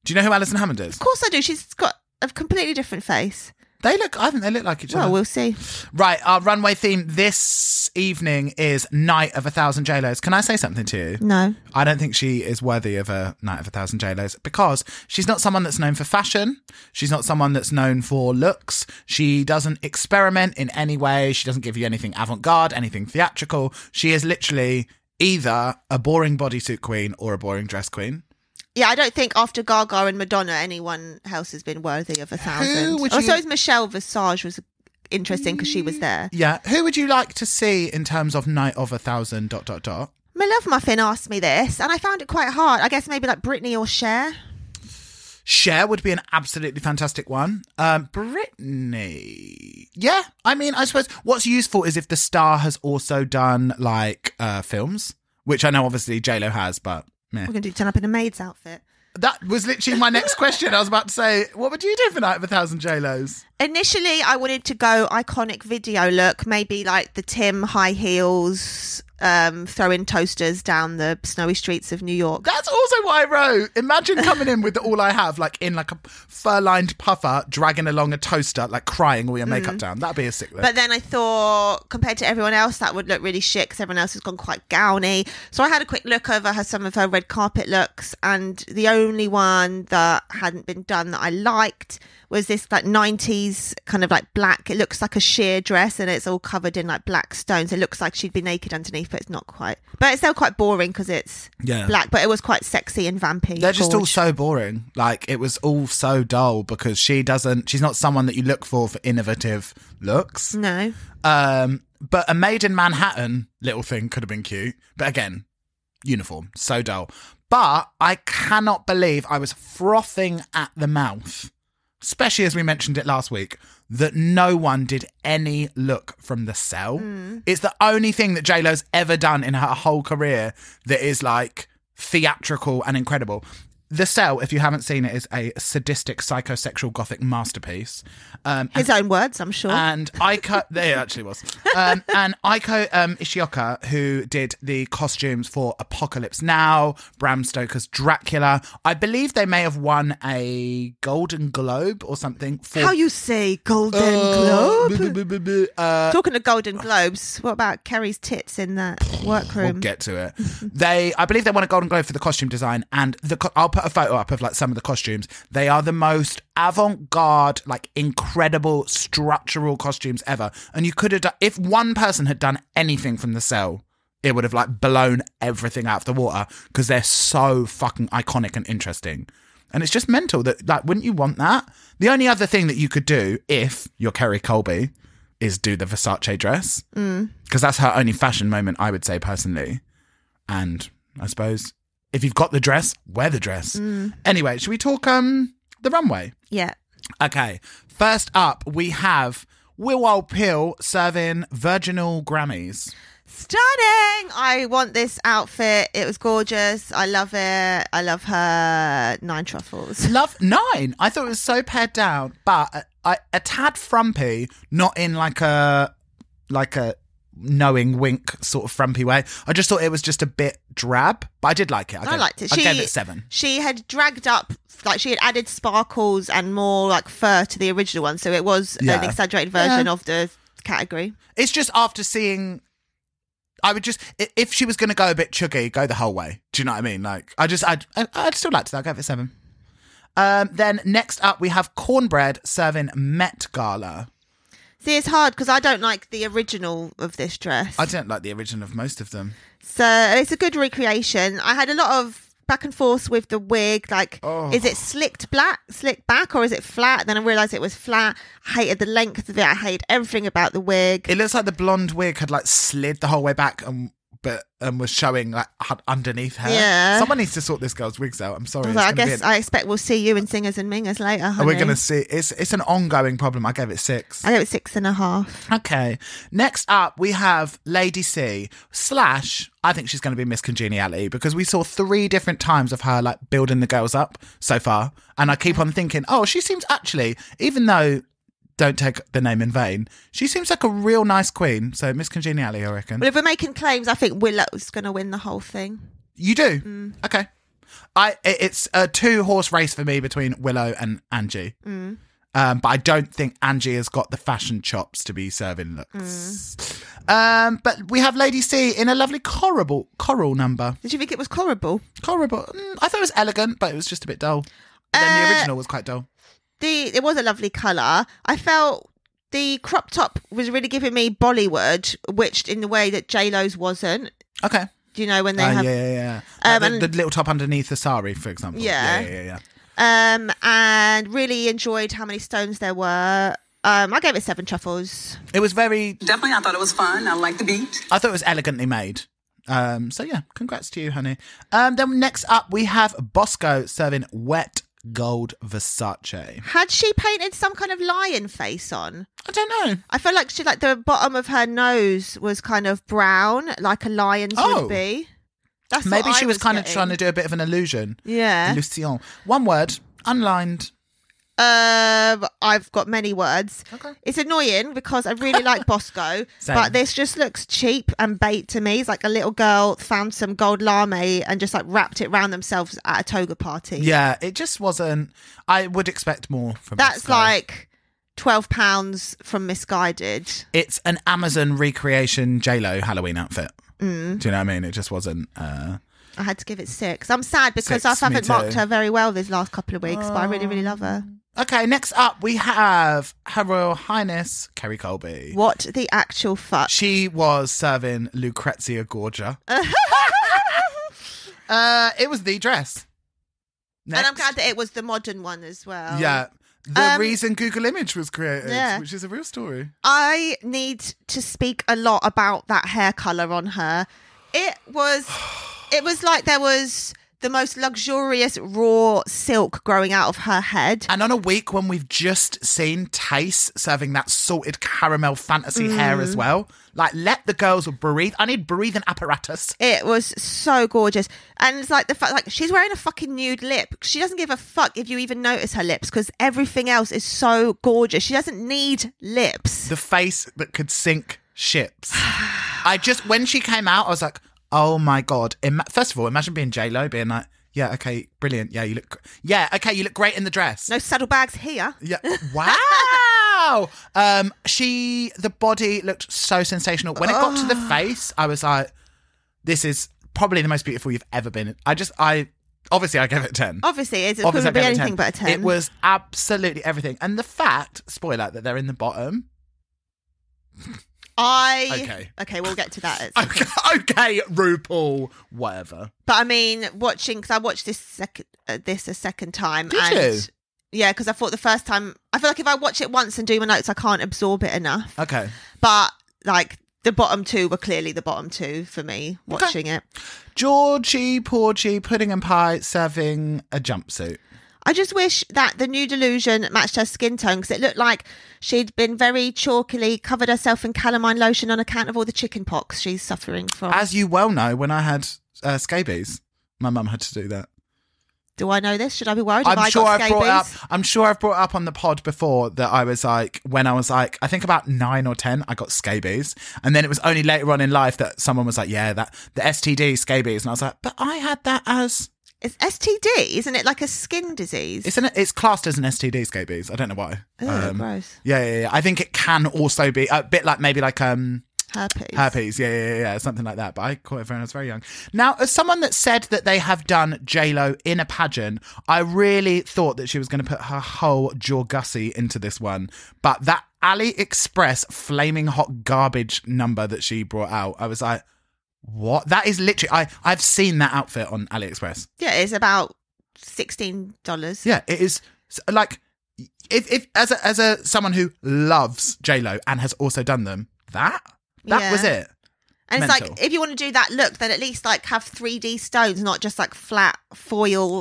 [SPEAKER 1] Do you know who Alison Hammond is?
[SPEAKER 2] Of course I do. She's got a completely different face.
[SPEAKER 1] They look. I think they look like each
[SPEAKER 2] Well,
[SPEAKER 1] other.
[SPEAKER 2] we'll see.
[SPEAKER 1] Right, our runway theme this evening is Night of a Thousand JLos. Can I say something to you?
[SPEAKER 2] No.
[SPEAKER 1] I don't think she is worthy of a Night of a Thousand JLos because she's not someone that's known for fashion. She's not someone that's known for looks. She doesn't experiment in any way. She doesn't give you anything avant garde, anything theatrical. She is literally either a boring bodysuit queen or a boring dress queen.
[SPEAKER 2] Yeah, I don't think after Gaga and Madonna, anyone else has been worthy of a thousand.
[SPEAKER 1] would
[SPEAKER 2] I
[SPEAKER 1] you-
[SPEAKER 2] suppose Michelle Visage was interesting because she was there.
[SPEAKER 1] Yeah. Who would you like to see in terms of Night of a Thousand dot dot dot?
[SPEAKER 2] My love muffin asked me this, and I found it quite hard. I guess maybe like Britney or Cher.
[SPEAKER 1] Cher would be an absolutely fantastic one. Um, Britney. Yeah, I mean, I suppose what's useful is if the star has also done like uh, films, which I know obviously JLo has, but meh.
[SPEAKER 2] We're going to do turn up in a maid's outfit.
[SPEAKER 1] that was literally my next question. I was about to say, what would you do for Night of a Thousand JLos?
[SPEAKER 2] Initially, I wanted to go iconic video look, maybe like the Tim high heels, um, throwing toasters down the snowy streets of New York.
[SPEAKER 1] That's also what I wrote. Imagine coming in with the all I have, like in like a fur-lined puffer, dragging along a toaster, like crying all your makeup down. That'd be a sick look.
[SPEAKER 2] But then I thought, compared to everyone else, that would look really shit because everyone else has gone quite gowny. So I had a quick look over her some of her red carpet looks, and the only one that hadn't been done that I liked was this like '90s kind of like black. It looks like a sheer dress, and it's all covered in like black stones. It looks like she'd be naked underneath, but it's not quite. But it's still quite boring because it's
[SPEAKER 1] Yeah.
[SPEAKER 2] black. But it was quite sexy and vampy.
[SPEAKER 1] They're just all
[SPEAKER 2] Gorge.
[SPEAKER 1] so boring. Like it was all so dull because she doesn't. She's not someone that you look for for innovative looks.
[SPEAKER 2] no.
[SPEAKER 1] Um, but a made in Manhattan little thing could have been cute. But again, uniform so dull. But I cannot believe I was frothing at the mouth, especially as we mentioned it last week, that no one did any look from the cell. It's the only thing that J Lo's ever done in her whole career that is like theatrical and incredible. The Cell, if you haven't seen it, is a sadistic psychosexual gothic masterpiece. Um,
[SPEAKER 2] His own words, I'm sure.
[SPEAKER 1] and Aiko, there it actually was. Um, and Aiko um, Ishioka, who did the costumes for Apocalypse Now, Bram Stoker's Dracula. I believe they may have won a Golden Globe or something for.
[SPEAKER 2] How you say Golden
[SPEAKER 1] Uh,
[SPEAKER 2] Globe?
[SPEAKER 1] bu- bu- bu- bu- uh,
[SPEAKER 2] Talking of Golden Globes, what about Kerry's tits in that
[SPEAKER 1] We'll
[SPEAKER 2] workroom?
[SPEAKER 1] get to it. They, I believe, they won a Golden Globe for the costume design, and the co- I'll put a photo up of like some of the costumes. They are the most avant-garde, like incredible structural costumes ever. And you could have done if one person had done anything from the cell, it would have like blown everything out of the water because they're so fucking iconic and interesting. And it's just mental that like, wouldn't you want that? The only other thing that you could do if you're Kerry Colby is do the Versace dress because that's her only fashion moment, I would say personally. And I suppose if you've got the dress, wear the dress.
[SPEAKER 2] Mm.
[SPEAKER 1] Anyway, should we talk um the runway?
[SPEAKER 2] yeah.
[SPEAKER 1] Okay. First up, we have Will Old Pill serving virginal Grammys.
[SPEAKER 2] Stunning! I want this outfit. It was gorgeous. I love it. I love her nine truffles.
[SPEAKER 1] Love nine. I thought it was so pared down, but a, a, a tad frumpy, not in like a like a knowing wink sort of frumpy way. I just thought it was just a bit drab, but I did like it. I,
[SPEAKER 2] I
[SPEAKER 1] gave-
[SPEAKER 2] liked it.
[SPEAKER 1] I
[SPEAKER 2] She,
[SPEAKER 1] gave it seven.
[SPEAKER 2] She had dragged up, like she had added sparkles and more like fur to the original one, so it was
[SPEAKER 1] Yeah.
[SPEAKER 2] an exaggerated version of the category.
[SPEAKER 1] It's just after seeing. I would just i- if she was going to go a bit chuggy, go the whole way. Do you know what I mean? Like I just I'd I- I'd still like to that. I'd go for seven. Um, then next up we have cornbread serving Met Gala.
[SPEAKER 2] See, it's hard because I don't like the original of this dress.
[SPEAKER 1] I don't like the original of most of them.
[SPEAKER 2] So it's a good recreation. I had a lot of back and forth with the wig. Like,
[SPEAKER 1] Oh.
[SPEAKER 2] is it slicked black, slicked back, or is it flat? then I realised it was flat. I hated the length of it. I hated everything about the wig.
[SPEAKER 1] It looks like the blonde wig had like slid the whole way back and but and was showing like had underneath her.
[SPEAKER 2] Yeah.
[SPEAKER 1] Someone needs to sort this girl's wigs out. I'm sorry.
[SPEAKER 2] I,
[SPEAKER 1] it's
[SPEAKER 2] was like, I
[SPEAKER 1] gonna be
[SPEAKER 2] guess
[SPEAKER 1] an-
[SPEAKER 2] I expect we'll see you in Singers and Mingers later.
[SPEAKER 1] we're
[SPEAKER 2] Honey.
[SPEAKER 1] going to see. It's it's an ongoing problem. I gave it six.
[SPEAKER 2] I gave it six and a half.
[SPEAKER 1] Okay. Next up, we have Lady C slash. I think she's going to be Miss Congeniality because we saw three different times of her like building the girls up so far, and I keep on thinking, oh, she seems actually, even though don't take the name in vain, she seems like a real nice queen. So Miss Congeniality, I reckon.
[SPEAKER 2] But if we're making claims, I think Willow's going to win the whole thing.
[SPEAKER 1] You do.
[SPEAKER 2] Mm.
[SPEAKER 1] Okay. I it- it's a two horse race for me between Willow and Angie.
[SPEAKER 2] Mm.
[SPEAKER 1] Um, but I don't think Angie has got the fashion chops to be serving looks.
[SPEAKER 2] Mm.
[SPEAKER 1] Um, but we have Lady C in a lovely coral coral number.
[SPEAKER 2] Did you think it was horrible?
[SPEAKER 1] Coral. Mm, I thought it was elegant, but it was just a bit dull. But then the
[SPEAKER 2] Uh,
[SPEAKER 1] original was quite dull.
[SPEAKER 2] the it was a lovely color. I felt the crop top was really giving me Bollywood, which in the way that J Lo's wasn't.
[SPEAKER 1] Okay.
[SPEAKER 2] Do you know when they
[SPEAKER 1] Oh,
[SPEAKER 2] have?
[SPEAKER 1] yeah, yeah, yeah.
[SPEAKER 2] Um,
[SPEAKER 1] Like the,
[SPEAKER 2] and-
[SPEAKER 1] the little top underneath the sari, for example.
[SPEAKER 2] Yeah.
[SPEAKER 1] yeah, yeah, yeah.
[SPEAKER 2] Um, and really enjoyed how many stones there were. Um, I gave it seven truffles.
[SPEAKER 1] It was very.
[SPEAKER 5] Definitely, I thought it was fun. I liked the beat.
[SPEAKER 1] I thought it was elegantly made. Um, so yeah, congrats to you, honey. Um, then next up we have Bosco serving wet gold Versace.
[SPEAKER 2] Had she painted some kind of lion face on?
[SPEAKER 1] I don't know.
[SPEAKER 2] I feel like she like the bottom of her nose was kind of brown, like a lion's
[SPEAKER 1] Oh.
[SPEAKER 2] would be. That's what
[SPEAKER 1] Maybe
[SPEAKER 2] I
[SPEAKER 1] she was, kind of
[SPEAKER 2] getting.
[SPEAKER 1] trying to do a bit of an illusion.
[SPEAKER 2] Yeah.
[SPEAKER 1] Illusion. One word, unlined.
[SPEAKER 2] Um, I've got many words.
[SPEAKER 1] Okay.
[SPEAKER 2] It's annoying because I really like Bosco,
[SPEAKER 1] Same.
[SPEAKER 2] but this just looks cheap and bait to me. It's like a little girl found some gold lame and just like wrapped it round themselves at a toga party.
[SPEAKER 1] Yeah, it just wasn't. I would expect more from
[SPEAKER 2] that's
[SPEAKER 1] Moscow.
[SPEAKER 2] like twelve pounds from Misguided.
[SPEAKER 1] it's an Amazon recreation J Lo Halloween outfit.
[SPEAKER 2] Mm.
[SPEAKER 1] Do you know what I mean? It just wasn't. Uh,
[SPEAKER 2] I had to give it six. I'm sad because
[SPEAKER 1] Six,
[SPEAKER 2] I
[SPEAKER 1] me
[SPEAKER 2] haven't marked
[SPEAKER 1] too. Um,
[SPEAKER 2] her very well these last couple of weeks, but I really, really love her.
[SPEAKER 1] okay, next up we have Her Royal Highness Kerry Colby.
[SPEAKER 2] What the actual fuck?
[SPEAKER 1] She was serving Lucrezia Gorgia. uh, it was the dress.
[SPEAKER 2] And I'm
[SPEAKER 1] Next.
[SPEAKER 2] glad that it was the modern one as well.
[SPEAKER 1] Yeah. The
[SPEAKER 2] Um,
[SPEAKER 1] reason Google Image was created,
[SPEAKER 2] Yeah.
[SPEAKER 1] which is a real story.
[SPEAKER 2] I need to speak a lot about that hair color on her. It was it was like there was the most luxurious raw silk growing out of her head.
[SPEAKER 1] And on a week when we've just seen Tace serving that salted caramel fantasy hair as well, like let the girls breathe. I need breathing apparatus.
[SPEAKER 2] It was so gorgeous, and it's like the fact like she's wearing a fucking nude lip. She doesn't give a fuck if you even notice her lips because everything else is so gorgeous. She doesn't need lips.
[SPEAKER 1] The face that could sink ships. I just when she came out, I was like, oh my god! Ima- First of all, imagine being J Lo, being like, yeah, okay, brilliant, yeah, you look, gr- yeah, okay, you look great in the dress.
[SPEAKER 2] No saddlebags here.
[SPEAKER 1] Yeah. Wow. um, she the body looked so sensational. When it got to the face, I was like, this is probably the most beautiful you've ever been. I just I obviously I gave it a ten.
[SPEAKER 2] Obviously, it's- it
[SPEAKER 1] Obviously, I
[SPEAKER 2] couldn't be
[SPEAKER 1] gave it
[SPEAKER 2] anything but a ten.
[SPEAKER 1] It was absolutely everything. And the fact, spoiler, that they're in the bottom.
[SPEAKER 2] I
[SPEAKER 1] Okay.
[SPEAKER 2] Okay, we'll get to that. at some
[SPEAKER 1] Okay, okay RuPaul, whatever.
[SPEAKER 2] But I mean, watching because I watched this second uh, this a second time.
[SPEAKER 1] Did
[SPEAKER 2] and
[SPEAKER 1] you?
[SPEAKER 2] Yeah, because I thought the first time I feel like if I watch it once and do my notes, I can't absorb it enough.
[SPEAKER 1] Okay.
[SPEAKER 2] But like the bottom two were clearly the bottom two for me watching it.
[SPEAKER 1] Georgie, Porgy, Pudding and Pie serving a jumpsuit.
[SPEAKER 2] I just wish that the new delusion matched her skin tone because it looked like she'd been very chalkily covered herself in calamine lotion on account of all the chicken pox she's suffering from.
[SPEAKER 1] As you well know, when I had uh, scabies, my mum had to do that.
[SPEAKER 2] Do I know this? Should I be worried? Have
[SPEAKER 1] I'm
[SPEAKER 2] I
[SPEAKER 1] sure
[SPEAKER 2] got
[SPEAKER 1] I've brought up.
[SPEAKER 2] scabies?
[SPEAKER 1] I'm sure I've brought up on the pod before that I was like when I was like I think about nine or ten I got scabies, and then it was only later on in life that someone was like, yeah, that the STD scabies, and I was like, but I had that as
[SPEAKER 2] It's STD, isn't it? Like a skin disease.
[SPEAKER 1] it's an it's classed as an STD scabies. I don't know why.
[SPEAKER 2] Ew,
[SPEAKER 1] Um,
[SPEAKER 2] gross.
[SPEAKER 1] yeah, yeah, yeah. I think it can also be a bit like maybe like um
[SPEAKER 2] Herpes.
[SPEAKER 1] herpes. Yeah, yeah, yeah, yeah, something like that. But I caught it when I was very young. Now, as someone that said that they have done J Lo in a pageant, I really thought that she was going to put her whole Jorgussie into this one, but that AliExpress flaming hot garbage number that she brought out, I was like, what? That is literally. I I've seen that outfit on AliExpress.
[SPEAKER 2] Yeah, it's about sixteen dollars.
[SPEAKER 1] Yeah, it is s- like. If, if as a, as a someone who loves J Lo and has also done them, that that
[SPEAKER 2] Yeah.
[SPEAKER 1] was it.
[SPEAKER 2] and it's
[SPEAKER 1] mental.
[SPEAKER 2] like if you want to do that look, then at least like have three D stones, not just like flat foil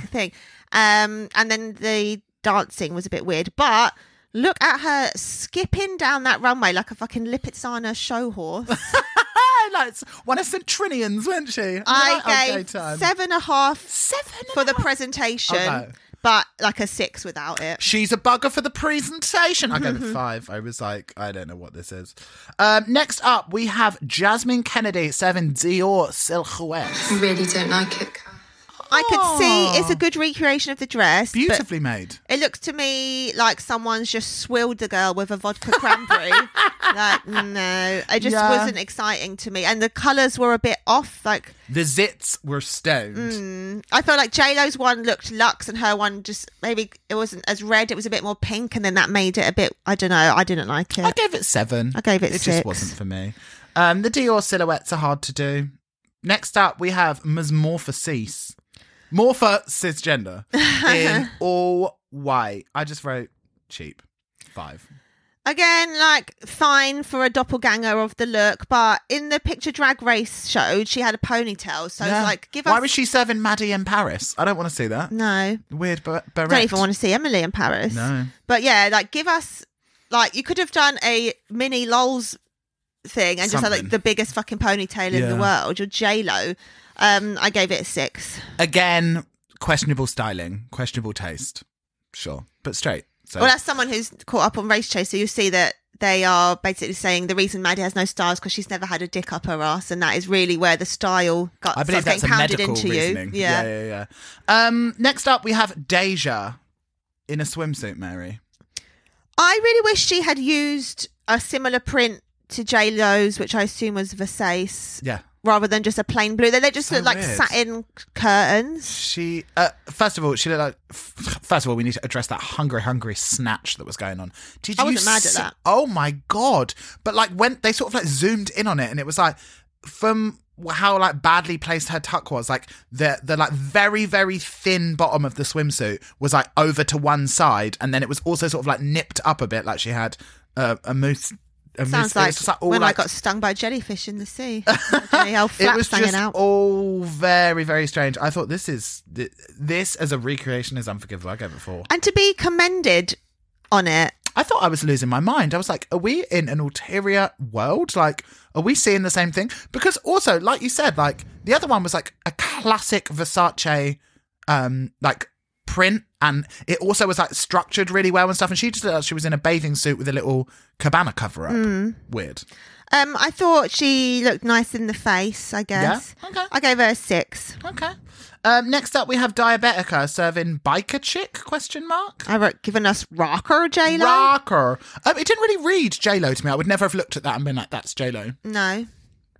[SPEAKER 1] Yeah.
[SPEAKER 2] thing. Um, and then the dancing was a bit weird, but look at her skipping down that runway like a fucking Lipizzaner show horse.
[SPEAKER 1] like it's one of St. Trinian's, wasn't she?
[SPEAKER 2] I
[SPEAKER 1] Okay,
[SPEAKER 2] gave
[SPEAKER 1] time.
[SPEAKER 2] seven and a half
[SPEAKER 1] Seven
[SPEAKER 2] for
[SPEAKER 1] and
[SPEAKER 2] the
[SPEAKER 1] a half.
[SPEAKER 2] presentation,
[SPEAKER 1] Okay.
[SPEAKER 2] but like a six without it.
[SPEAKER 1] She's a bugger for the presentation. I
[SPEAKER 2] Mm-hmm.
[SPEAKER 1] gave it five. I was like, I don't know what this is. Um, next up, we have Jasmine Kennedy serving Dior Silhouette.
[SPEAKER 6] I really don't like it, Carl.
[SPEAKER 2] I could see it's a good recreation of the dress. but
[SPEAKER 1] Beautifully made.
[SPEAKER 2] It looks to me like someone's just swilled a girl with a vodka cranberry. like, no, it just
[SPEAKER 1] Yeah.
[SPEAKER 2] wasn't exciting to me. And the colours were a bit off. Like,
[SPEAKER 1] The zits were stoned.
[SPEAKER 2] Mm. I felt like JLo's one looked luxe and her one just maybe it wasn't as red. It was a bit more pink. And then that made it a bit, I don't know, I didn't like
[SPEAKER 1] I
[SPEAKER 2] it.
[SPEAKER 1] gave it seven.
[SPEAKER 2] I gave it
[SPEAKER 1] It just
[SPEAKER 2] six.
[SPEAKER 1] wasn't for me. Um, the Dior silhouettes are hard to do. Next up, we have Mesmorphosis. Morpha cisgender in all white. I just wrote cheap. Five.
[SPEAKER 2] Again, like fine for a doppelganger of the look, but in the picture drag race showed she had a ponytail, so
[SPEAKER 1] Yeah.
[SPEAKER 2] it's like give us.
[SPEAKER 1] Why was she serving Maddie in Paris? I don't want to see that.
[SPEAKER 2] No,
[SPEAKER 1] Weird, but barrette.
[SPEAKER 2] don't even want to see Emily in Paris.
[SPEAKER 1] No.
[SPEAKER 2] But yeah, like give us like you could have done a mini lols thing and just had
[SPEAKER 1] Something.
[SPEAKER 2] like the biggest fucking ponytail in the
[SPEAKER 1] Yeah.
[SPEAKER 2] world. Your J Lo. Um, I gave it a six.
[SPEAKER 1] Again, questionable styling, questionable taste. Sure, but straight. So
[SPEAKER 2] Well, that's someone who's caught up on Race Chaser. You'll see that they are basically saying the reason Maddie has no stars because she's never had a dick up her ass, and that is really where the style got
[SPEAKER 1] I believe
[SPEAKER 2] starts getting
[SPEAKER 1] that's a
[SPEAKER 2] pounded
[SPEAKER 1] medical
[SPEAKER 2] into
[SPEAKER 1] reasoning.
[SPEAKER 2] you. Yeah.
[SPEAKER 1] yeah, yeah. yeah. Um, next up, we have Deja in a swimsuit, Mary.
[SPEAKER 2] I really wish she had used a similar print to J Lo's, which I assume was Versace,
[SPEAKER 1] Yeah.
[SPEAKER 2] rather than just a plain blue. They they just
[SPEAKER 1] So
[SPEAKER 2] look like
[SPEAKER 1] weird.
[SPEAKER 2] satin curtains.
[SPEAKER 1] She, uh, first of all, she looked like. f- First of all, we need to address that hungry, hungry snatch that was going on. Did
[SPEAKER 2] I
[SPEAKER 1] you
[SPEAKER 2] wasn't mad at
[SPEAKER 1] see-
[SPEAKER 2] that.
[SPEAKER 1] Oh my god! But like when they sort of like zoomed in on it, and it was like from how like badly placed her tuck was, like the the like very very thin bottom of the swimsuit was like over to one side, and then it was also sort of like nipped up a bit, like she had uh, a moose. A moose. it
[SPEAKER 2] Sounds
[SPEAKER 1] was
[SPEAKER 2] like,
[SPEAKER 1] just, all,
[SPEAKER 2] when
[SPEAKER 1] like-
[SPEAKER 2] I got stung by jellyfish in the sea. JL
[SPEAKER 1] it
[SPEAKER 2] flaps
[SPEAKER 1] was
[SPEAKER 2] hanging
[SPEAKER 1] just
[SPEAKER 2] out.
[SPEAKER 1] all very very strange i thought this is th- this as a recreation is unforgivable i gave it four
[SPEAKER 2] and to be commended on it.
[SPEAKER 1] i thought i was losing my mind i was like are we in an ulterior world like are we seeing the same thing because also like you said like the other one was like a classic versace um like print and it also was like structured really well and stuff and she just looked like she was in a bathing suit with a little cabana cover up
[SPEAKER 2] Hmm.
[SPEAKER 1] weird
[SPEAKER 2] Um, I thought she looked nice in the face. I guess.
[SPEAKER 1] Okay.
[SPEAKER 2] I gave her a six.
[SPEAKER 1] okay um, next up we have diabetica serving biker chick question mark
[SPEAKER 2] I wrote given us rocker J Lo.
[SPEAKER 1] Rocker. Um, it didn't really read J Lo to me. I would never have looked at that and been like, "That's J Lo."
[SPEAKER 2] no,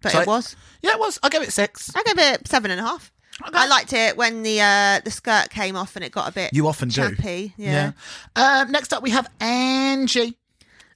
[SPEAKER 2] but
[SPEAKER 1] So
[SPEAKER 2] it
[SPEAKER 1] I-
[SPEAKER 2] was.
[SPEAKER 1] Yeah, it was. I gave it six.
[SPEAKER 2] I gave it seven and a half.
[SPEAKER 1] Okay.
[SPEAKER 2] I liked it when the uh, the skirt came off and it got a bit.
[SPEAKER 1] You often do.
[SPEAKER 2] chappy. Yeah.
[SPEAKER 1] Yeah. Um, next up, we have Angie.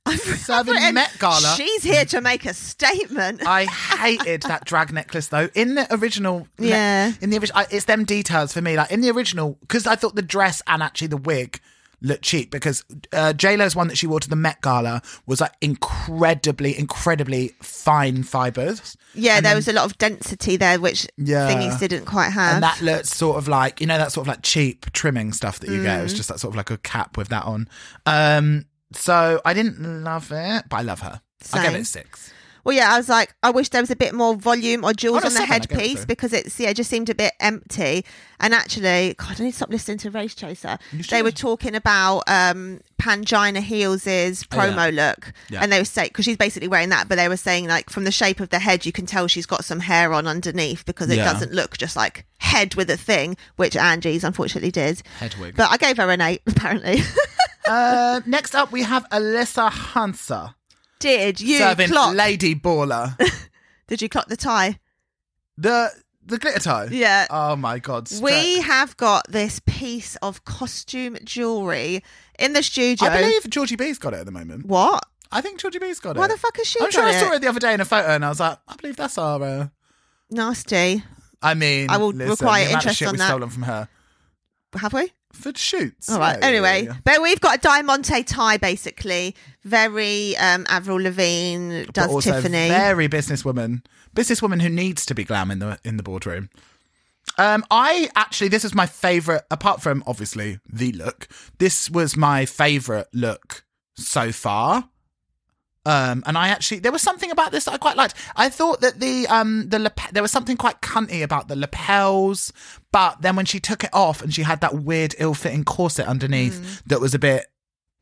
[SPEAKER 1] Serving
[SPEAKER 2] But, um,
[SPEAKER 1] Met Gala.
[SPEAKER 2] She's here to make a statement.
[SPEAKER 1] I hated that drag necklace though. In the original, ne-
[SPEAKER 2] Yeah.
[SPEAKER 1] in the original, it's them details for me. Like in the original, because I thought the dress and actually the wig looked cheap. Because uh, J Lo's one that she wore to the Met Gala was like incredibly, incredibly fine fibers.
[SPEAKER 2] yeah, there was a lot of density there, which
[SPEAKER 1] Yeah.
[SPEAKER 2] thingies didn't quite have.
[SPEAKER 1] and that looked sort of like you know that sort of like cheap trimming stuff that you get. It
[SPEAKER 2] Mm.
[SPEAKER 1] was just that sort of like a cap with that on. Um, so I didn't love it, but I love her. I
[SPEAKER 2] Same.
[SPEAKER 1] gave it six.
[SPEAKER 2] Well, yeah, I was like, I wish there was a bit more volume or jewels
[SPEAKER 1] Oh, no,
[SPEAKER 2] on the
[SPEAKER 1] seven, I give it
[SPEAKER 2] headpiece
[SPEAKER 1] to.
[SPEAKER 2] because it's yeah, it just seemed a bit empty. And actually, God, I need to stop listening to Race Chaser. They were talking about um Pangina Heels' promo look,
[SPEAKER 1] Oh, Yeah.
[SPEAKER 2] and they were saying because she's basically wearing that, but they were saying like from the shape of the head, you can tell she's got some hair on underneath because it
[SPEAKER 1] Yeah.
[SPEAKER 2] doesn't look just like head with a thing, which Angie's unfortunately did.
[SPEAKER 1] Hedwig.
[SPEAKER 2] But I gave her an eight. Apparently,
[SPEAKER 1] uh, next up, we have Alyssa Hansa
[SPEAKER 2] did you
[SPEAKER 1] serving
[SPEAKER 2] clock?
[SPEAKER 1] Lady Baller.
[SPEAKER 2] did you clock the tie?
[SPEAKER 1] the the glitter toe.
[SPEAKER 2] Yeah.
[SPEAKER 1] Oh my god. Stra-
[SPEAKER 2] We have got this piece of costume jewelry in the studio.
[SPEAKER 1] I believe Georgie B's got it at the moment.
[SPEAKER 2] what?
[SPEAKER 1] I think Georgie B's got it.
[SPEAKER 2] Why the fuck has she
[SPEAKER 1] I'm
[SPEAKER 2] got
[SPEAKER 1] sure I
[SPEAKER 2] it?
[SPEAKER 1] saw her the other day in a photo, and I was like, I believe that's our. Uh,
[SPEAKER 2] Nasty.
[SPEAKER 1] I mean,
[SPEAKER 2] I will
[SPEAKER 1] listen,
[SPEAKER 2] require
[SPEAKER 1] the amount of
[SPEAKER 2] interest
[SPEAKER 1] shit
[SPEAKER 2] on
[SPEAKER 1] we
[SPEAKER 2] that.
[SPEAKER 1] stolen from her
[SPEAKER 2] Have we?
[SPEAKER 1] for shoots.
[SPEAKER 2] All right.
[SPEAKER 1] Yeah, yeah,
[SPEAKER 2] anyway,
[SPEAKER 1] yeah.
[SPEAKER 2] but we've got a diamante tie, basically. Very um, Avril Lavigne
[SPEAKER 1] but
[SPEAKER 2] does
[SPEAKER 1] also
[SPEAKER 2] Tiffany.
[SPEAKER 1] very businesswoman, businesswoman who needs to be glam in the in the boardroom. Um, I actually this is my favorite, apart from obviously the look. This was my favorite look so far. Um, and I actually there was something about this that I quite liked. I thought that the um the lap- there was something quite cunty about the lapels, but then when she took it off and she had that weird ill-fitting corset underneath
[SPEAKER 2] Mm.
[SPEAKER 1] that was a bit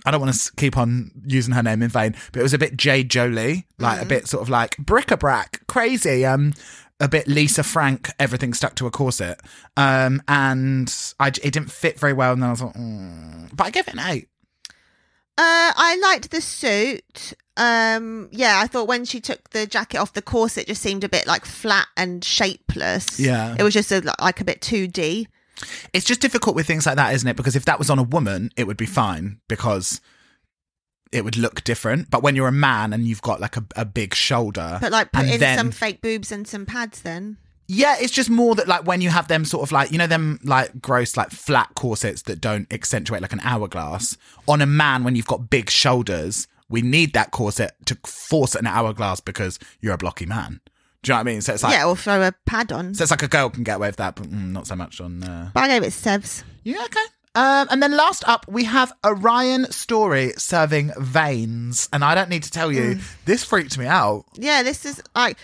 [SPEAKER 1] I don't want to keep on using her name in vain, but it was a bit Jay Jolie, like
[SPEAKER 2] Mm.
[SPEAKER 1] a bit sort of like bric-a-brac, crazy, um, a bit Lisa Frank, everything stuck to a corset, um, and I j- it didn't fit very well, and then I was like, mm. but I gave it an eight.
[SPEAKER 2] Uh, I liked the suit. Um, yeah, I thought when she took the jacket off, the corset just seemed a bit like flat and shapeless.
[SPEAKER 1] Yeah.
[SPEAKER 2] It was just a, like a bit 2D.
[SPEAKER 1] It's just difficult with things like that, isn't it? Because if that was on a woman, it would be fine because it would look different. But when you're a man and you've got like a, a big shoulder,
[SPEAKER 2] But like put
[SPEAKER 1] and
[SPEAKER 2] in
[SPEAKER 1] then-
[SPEAKER 2] some fake boobs and some pads then.
[SPEAKER 1] Yeah, it's just more that like when you have them sort of like you know them like gross like flat corsets that don't accentuate like an hourglass on a man when you've got big shoulders we need that corset to force an hourglass because you're a blocky man. Do you know what I mean? So it's like,
[SPEAKER 2] yeah, or throw a pad on.
[SPEAKER 1] so it's like a girl can get away with that, but mm, not so much on. Uh...
[SPEAKER 2] but I gave it Sevs.
[SPEAKER 1] Yeah, okay. Um, and then last up, we have Orion Story serving veins. And I don't need to tell
[SPEAKER 2] Mm.
[SPEAKER 1] you, this freaked me out.
[SPEAKER 2] Yeah, this is like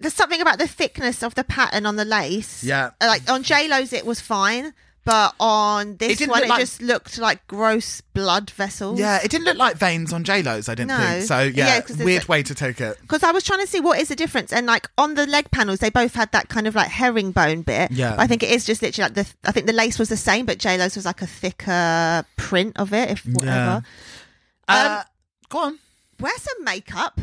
[SPEAKER 2] there's something about the thickness of the pattern on the lace. Uh,
[SPEAKER 1] Yeah.
[SPEAKER 2] like on J Lo's it was fine, but on
[SPEAKER 1] It
[SPEAKER 2] this
[SPEAKER 1] didn't
[SPEAKER 2] one
[SPEAKER 1] look
[SPEAKER 2] it
[SPEAKER 1] like-
[SPEAKER 2] just looked like gross blood vessels.
[SPEAKER 1] Yeah, it didn't look like veins on JLo's, I didn't
[SPEAKER 2] No.
[SPEAKER 1] think. So,
[SPEAKER 2] Yeah,
[SPEAKER 1] yeah,
[SPEAKER 2] 'cause there's
[SPEAKER 1] weird
[SPEAKER 2] a-
[SPEAKER 1] way to take it.
[SPEAKER 2] Because I was trying to see what is the difference, and like on the leg panels, they both had that kind of like herringbone bit.
[SPEAKER 1] Yeah.
[SPEAKER 2] I think it is just literally like the. I think the lace was the same, but J Lo's was like a thicker print of it, if whatever.
[SPEAKER 1] Uh, go on.
[SPEAKER 2] Wear some makeup.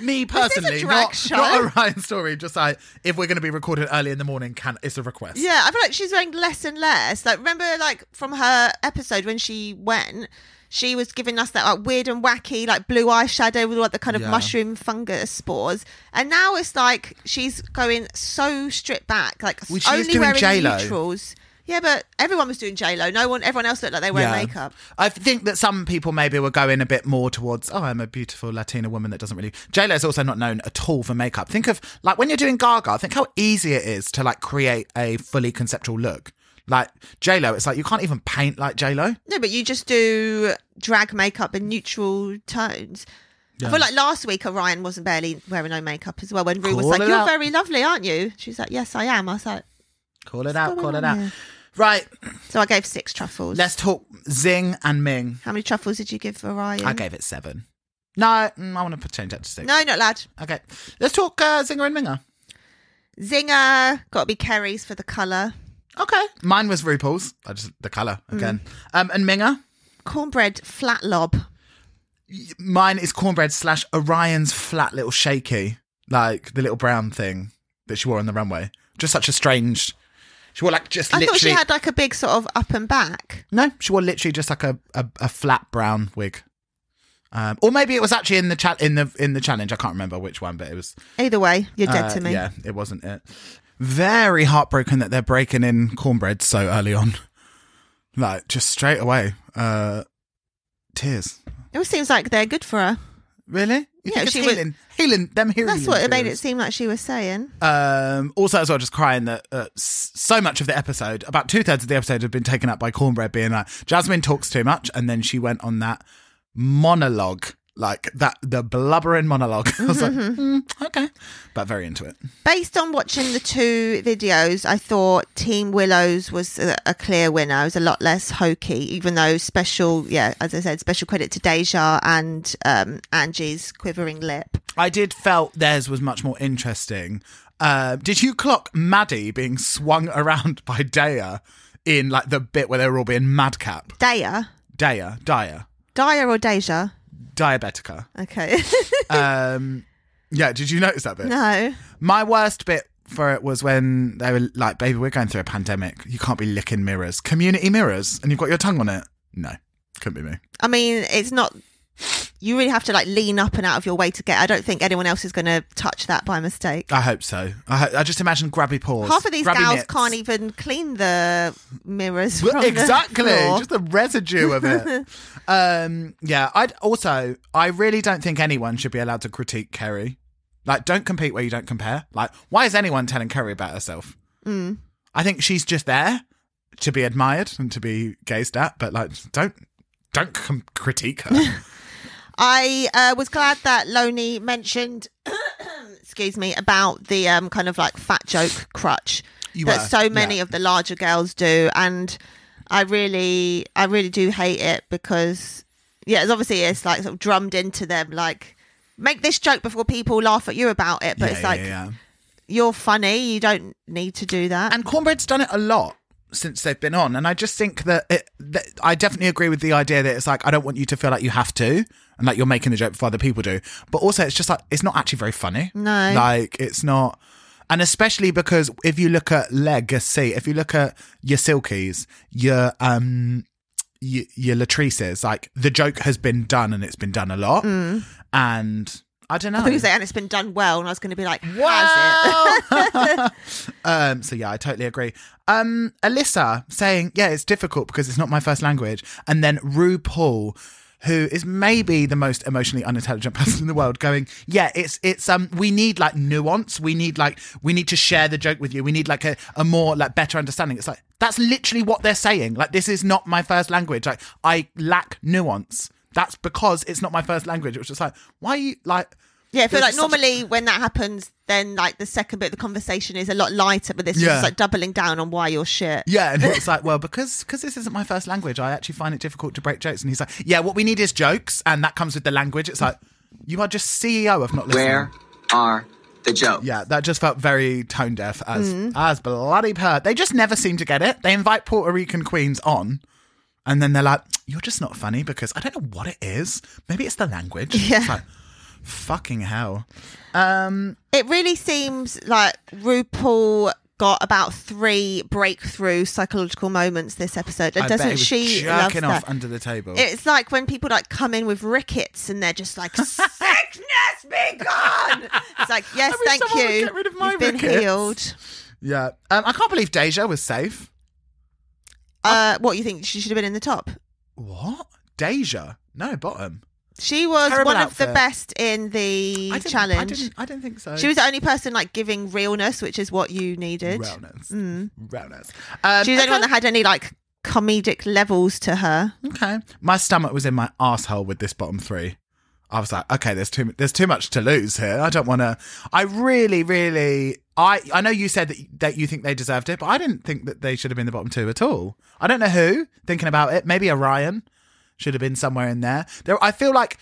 [SPEAKER 1] Me personally,
[SPEAKER 2] drag
[SPEAKER 1] not,
[SPEAKER 2] show.
[SPEAKER 1] not Orion Story, just like if we're going to be recorded early in the morning, can it's a request.
[SPEAKER 2] Yeah, I feel like she's wearing less and less. Like remember, like from her episode when she went, she was giving us that like weird and wacky, like blue eyeshadow with like the kind of
[SPEAKER 1] Yeah.
[SPEAKER 2] mushroom fungus spores, and now it's like she's going so stripped back, like
[SPEAKER 1] Well, she was
[SPEAKER 2] only
[SPEAKER 1] doing
[SPEAKER 2] wearing
[SPEAKER 1] J-Lo.
[SPEAKER 2] neutrals. Yeah, but everyone was doing J Lo. No one, everyone else looked like they were wearing makeup.
[SPEAKER 1] I think that some people maybe were going a bit more towards, oh, I'm a beautiful Latina woman that doesn't really. JLo is also not known at all for makeup. Think of, like, when you're doing Gaga, think how easy it is to, like, create a fully conceptual look. Like, JLo, it's like you can't even paint like JLo.
[SPEAKER 2] No, but you just do drag makeup in neutral tones. I feel like last week Orion wasn't barely wearing no makeup as well. When Rue was
[SPEAKER 1] Call
[SPEAKER 2] like,
[SPEAKER 1] it
[SPEAKER 2] "You're
[SPEAKER 1] out.
[SPEAKER 2] very lovely, aren't you?" She's like, "Yes, I am." I was like,
[SPEAKER 1] Call it out,
[SPEAKER 2] going
[SPEAKER 1] call it
[SPEAKER 2] on
[SPEAKER 1] out.
[SPEAKER 2] here?
[SPEAKER 1] Right,
[SPEAKER 2] So I gave six truffles.
[SPEAKER 1] let's talk Zing and Ming.
[SPEAKER 2] How many truffles did you give Orion?
[SPEAKER 1] I gave it seven. No, mm, I want to change that to six.
[SPEAKER 2] No, not lad.
[SPEAKER 1] Okay, let's talk uh, Zinger and Minger.
[SPEAKER 2] Zinger. Got to be Kerry's for the colour.
[SPEAKER 1] Okay, mine was RuPaul's. I just the color
[SPEAKER 2] Mm.
[SPEAKER 1] again. Um, and Minger.
[SPEAKER 2] Cornbread flat lob.
[SPEAKER 1] Mine is cornbread slash Orion's flat little shaky, like the little brown thing that she wore on the runway. Just such a strange. She wore like just
[SPEAKER 2] I thought she
[SPEAKER 1] literally.
[SPEAKER 2] had like a big sort of up and back.
[SPEAKER 1] no, she wore literally just like a, a, a flat brown wig. Um, or maybe it was actually in the chat in the in the challenge. I can't remember which one, but it was
[SPEAKER 2] Either way, you're dead
[SPEAKER 1] uh,
[SPEAKER 2] to me.
[SPEAKER 1] Yeah, it wasn't it. Very heartbroken that they're breaking in cornbread so early on. Like just straight away. Uh tears.
[SPEAKER 2] It all seems like they're good for her.
[SPEAKER 1] Really? You
[SPEAKER 2] Yeah,
[SPEAKER 1] think it's
[SPEAKER 2] she was-
[SPEAKER 1] healing. healing them healing.
[SPEAKER 2] That's what it made it
[SPEAKER 1] tears.
[SPEAKER 2] seem like she was saying.
[SPEAKER 1] Um, also, as well, just crying that uh, s- so much of the episode, about two thirds of the episode, had been taken up by Cornbread being like, Jasmine talks too much. And then she went on that monologue, like that, the blubbering monologue. I was like,
[SPEAKER 2] Mm-hmm.
[SPEAKER 1] "Mm, okay. But very into it.
[SPEAKER 2] Based on watching the two videos, I thought Team Willows was a, a clear winner. It was a lot less hokey, even though special, yeah, as I said, special credit to Deja and um, Angie's quivering lip.
[SPEAKER 1] I did felt theirs was much more interesting. Uh, did you clock Maddie being swung around by Daya in like the bit where they were all being madcap?
[SPEAKER 2] Daya,
[SPEAKER 1] Daya, Daya,
[SPEAKER 2] Daya or Deja?
[SPEAKER 1] diabetica.
[SPEAKER 2] Okay.
[SPEAKER 1] Um, yeah, did you notice that bit?
[SPEAKER 2] no.
[SPEAKER 1] My worst bit for it was when they were like, baby, we're going through a pandemic. You can't be licking mirrors, community mirrors, and you've got your tongue on it. No, couldn't be me.
[SPEAKER 2] I mean, it's not. You really have to like lean up and out of your way to get. I don't think anyone else is going to touch that by mistake.
[SPEAKER 1] I hope so. I, ho- I just imagine grabby paws.
[SPEAKER 2] Half of these
[SPEAKER 1] grabby
[SPEAKER 2] gals
[SPEAKER 1] mitts.
[SPEAKER 2] can't even clean the mirrors.
[SPEAKER 1] Well,
[SPEAKER 2] From the
[SPEAKER 1] exactly
[SPEAKER 2] floor.
[SPEAKER 1] just the residue of it um yeah i'd also i really don't think anyone should be allowed to critique kerry like don't compete where you don't compare like why is anyone telling kerry about herself
[SPEAKER 2] Mm.
[SPEAKER 1] i think she's just there to be admired and to be gazed at but like don't don't com- critique her
[SPEAKER 2] I uh, was glad that Loni mentioned, excuse me, about the um, kind of like fat joke crutch
[SPEAKER 1] You
[SPEAKER 2] that
[SPEAKER 1] were,
[SPEAKER 2] so many
[SPEAKER 1] yeah.
[SPEAKER 2] of the larger girls do, and I really, I really do hate it because, yeah, it's obviously it's like sort of drummed into them, like make this joke before people laugh at you about it, but
[SPEAKER 1] Yeah,
[SPEAKER 2] it's
[SPEAKER 1] yeah,
[SPEAKER 2] like
[SPEAKER 1] yeah.
[SPEAKER 2] you're funny, you don't need to do that.
[SPEAKER 1] and cornbread's done it a lot since they've been on and i just think that, it, that i definitely agree with the idea that it's like i don't want you to feel like you have to and like you're making the joke before other people do but also it's just like it's not actually very funny
[SPEAKER 2] No.
[SPEAKER 1] like it's not and especially because if you look at legacy if you look at your silkies your um your, your latrices like the joke has been done and it's been done a lot and i don't know
[SPEAKER 2] Mm. I was gonna say, and it's been done well, and I was going to be like, has it?
[SPEAKER 1] Wow. um, so yeah, I totally agree. Um, Alyssa saying, yeah, it's difficult because it's not my first language. And then RuPaul, who is maybe the most emotionally unintelligent person in the world, going, "Yeah, it's it's um, we need like nuance. We need like we need to share the joke with you. We need like a, a more like better understanding." It's like that's literally what they're saying. Like this is not my first language. Like I lack nuance. That's because it's not my first language. It was just like, why are you like?
[SPEAKER 2] Yeah, I feel
[SPEAKER 1] There's
[SPEAKER 2] like
[SPEAKER 1] such a-
[SPEAKER 2] normally when that happens, then like the second bit of the conversation is a lot lighter, but this is
[SPEAKER 1] Yeah.
[SPEAKER 2] just like doubling down on why you're shit.
[SPEAKER 1] Yeah, and it's like, well, because because this isn't my first language, I actually find it difficult to break jokes. And he's like, yeah, what we need is jokes, and that comes with the language. It's like you are just CEO of not listening.
[SPEAKER 5] Where are the jokes?
[SPEAKER 1] Yeah, that just felt very tone deaf as
[SPEAKER 2] Mm-hmm.
[SPEAKER 1] as bloody per. They just never seem to get it. They invite Puerto Rican queens on, and then they're like, "You're just not funny because I don't know what it is. Maybe it's the language." It's
[SPEAKER 2] Yeah.
[SPEAKER 1] like, fucking hell.
[SPEAKER 2] It really seems like RuPaul got about three breakthrough psychological moments this episode. And
[SPEAKER 1] I bet
[SPEAKER 2] doesn't
[SPEAKER 1] he was
[SPEAKER 2] she love
[SPEAKER 1] jerking off
[SPEAKER 2] that?
[SPEAKER 1] under the table?
[SPEAKER 2] It's like when people like come in with rickets and they're just like sickness be gone. It's like yes,
[SPEAKER 1] wish
[SPEAKER 2] thank
[SPEAKER 1] someone would
[SPEAKER 2] you.
[SPEAKER 1] get rid of my
[SPEAKER 2] You've been
[SPEAKER 1] rickets.
[SPEAKER 2] healed.
[SPEAKER 1] yeah, um, I can't believe Deja was safe.
[SPEAKER 2] Uh, what you think she should have been in the top?
[SPEAKER 1] What? Deja? No, bottom.
[SPEAKER 2] She was
[SPEAKER 1] Terrible
[SPEAKER 2] one of the
[SPEAKER 1] outfit.
[SPEAKER 2] best in the
[SPEAKER 1] I didn't-
[SPEAKER 2] challenge.
[SPEAKER 1] I didn't, I didn't think so.
[SPEAKER 2] She was the only person like giving realness, which is what you needed.
[SPEAKER 1] Realness. Realness. Um,
[SPEAKER 2] Mm. She was the only one
[SPEAKER 1] okay.
[SPEAKER 2] that had any like comedic levels to her.
[SPEAKER 1] Okay. My stomach was in my asshole with this bottom three. I was like, okay, there's too there's too much to lose here. I don't want to. I really, really. I I know you said that that you think they deserved it, but I didn't think that they should have been the bottom two at all. I don't know who. Thinking about it, maybe Orion should have been somewhere in there. There, I feel like.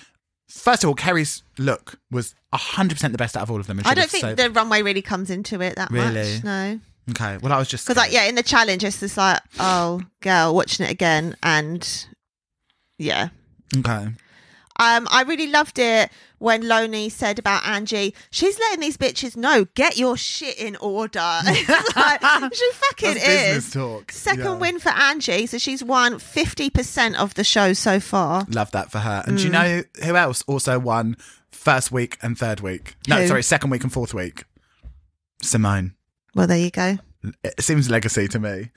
[SPEAKER 1] First of all, Kerry's look was 100% the best out of all of them. and
[SPEAKER 2] I
[SPEAKER 1] should
[SPEAKER 2] don't
[SPEAKER 1] have
[SPEAKER 2] think
[SPEAKER 1] saved-
[SPEAKER 2] the runway really comes into it that
[SPEAKER 1] Really?
[SPEAKER 2] much. No,
[SPEAKER 1] Okay, well, I was just.
[SPEAKER 2] because like yeah, in the challenge, it's just like oh, girl, watching it again, and yeah,
[SPEAKER 1] Okay.
[SPEAKER 2] Um, I really loved it when Loney said about Angie, she's letting these bitches know, get your shit in order. It's like, she fucking
[SPEAKER 1] That's
[SPEAKER 2] is.
[SPEAKER 1] business talk.
[SPEAKER 2] Second
[SPEAKER 1] Yeah.
[SPEAKER 2] win for Angie. So she's won 50% of the show so far.
[SPEAKER 1] Love that for her. And do you know who else also won first week and third week? No,
[SPEAKER 2] Who?
[SPEAKER 1] sorry, second week and fourth week. Simone.
[SPEAKER 2] Well, there you go.
[SPEAKER 1] It seems legacy to me.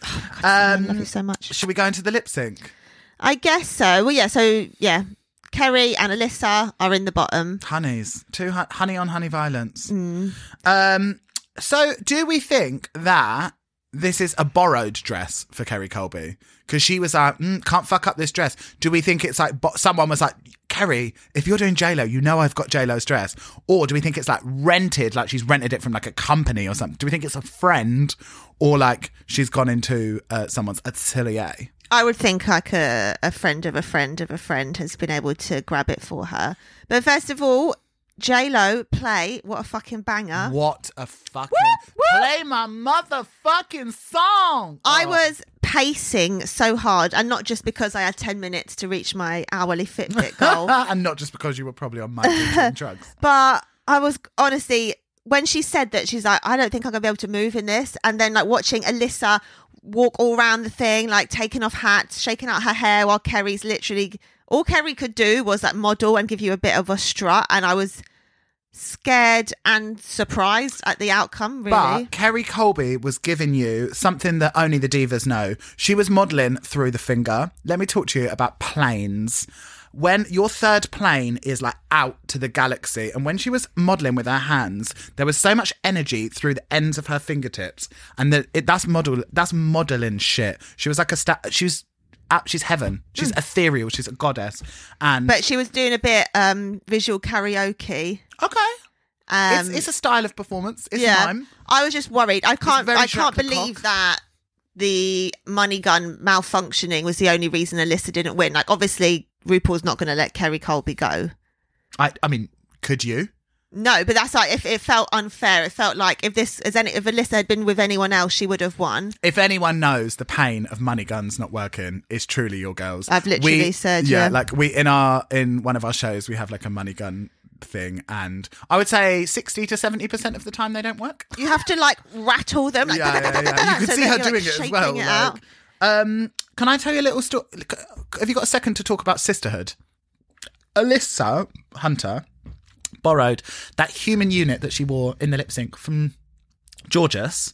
[SPEAKER 2] I love
[SPEAKER 1] Um,
[SPEAKER 2] you so much.
[SPEAKER 1] should we go into the lip sync?
[SPEAKER 2] I guess so. Well, yeah. So, yeah. Kerry and Alyssa are in the bottom.
[SPEAKER 1] Honeys. Two hun- honey on honey violence.
[SPEAKER 2] Mm.
[SPEAKER 1] Um, so do we think that this is a borrowed dress for Kerry Colby? Because she was like, mm, can't fuck up this dress. Do we think it's like, bo- someone was like, Kerry, if you're doing JLo, you know I've got JLo's dress. Or do we think it's like rented, like she's rented it from like a company or something? Do we think it's a friend or like she's gone into uh, someone's atelier?
[SPEAKER 2] I would think like a, a friend of a friend of a friend has been able to grab it for her. But first of all, J-Lo, play. What a fucking banger.
[SPEAKER 1] What a fucking.
[SPEAKER 2] Woo!
[SPEAKER 1] Play my motherfucking song!
[SPEAKER 2] I
[SPEAKER 1] Oh.
[SPEAKER 2] was pacing so hard, and not just because I had 10 minutes to reach my hourly Fitbit goal,
[SPEAKER 1] Ah, and not just because you were probably on microdosing and drugs.
[SPEAKER 2] but I was honestly, when she said that, she's like, I don't think I'm going to be able to move in this. And then, like, watching Alyssa walk all around the thing, like, taking off hats, shaking out her hair, while Kerry's literally all Kerry could do was like model and give you a bit of a strut. And I was scared and surprised at the outcome, really.
[SPEAKER 1] But Kerry Colby was giving you something that only the divas know. She was modelling through the finger. Let me talk to you about planes. When your third plane is like out to the galaxy, and when she was modeling with her hands, there was so much energy through the ends of her fingertips, and that it, that's model that's modeling shit. She was like a sta- she was out, she's heaven, she's ethereal, she's a goddess, and
[SPEAKER 2] Hmm. but she was doing a bit um, visual karaoke.
[SPEAKER 1] okay,
[SPEAKER 2] Um,
[SPEAKER 1] it's, it's a style of performance. It's mime.
[SPEAKER 2] I was just worried. I can't.
[SPEAKER 1] very
[SPEAKER 2] I can't
[SPEAKER 1] Jacques
[SPEAKER 2] believe
[SPEAKER 1] Lecoq.
[SPEAKER 2] that the money gun malfunctioning was the only reason Alyssa didn't win. Like, obviously, RuPaul's not going to let Kerry Colby go.
[SPEAKER 1] I, I mean, could you?
[SPEAKER 2] No, but that's like if it felt unfair. It felt like if this as any if Alyssa had been with anyone else, she would have won.
[SPEAKER 1] If anyone knows the pain of money guns not working, it's truly your girls.
[SPEAKER 2] I've literally said, yeah.
[SPEAKER 1] like we in our in one of our shows, we have like a money gun thing, and I would say sixty to seventy percent of the time they don't work.
[SPEAKER 2] You have to like rattle them. Like,
[SPEAKER 1] Yeah, yeah, yeah. You can
[SPEAKER 2] so
[SPEAKER 1] see her
[SPEAKER 2] that you're, like,
[SPEAKER 1] doing it as
[SPEAKER 2] shaping
[SPEAKER 1] well.
[SPEAKER 2] it
[SPEAKER 1] like,
[SPEAKER 2] out.
[SPEAKER 1] um, can I tell you a little story? Have you got a second to talk about sisterhood? Alyssa Hunter borrowed that human unit that she wore in the lip sync from Georges,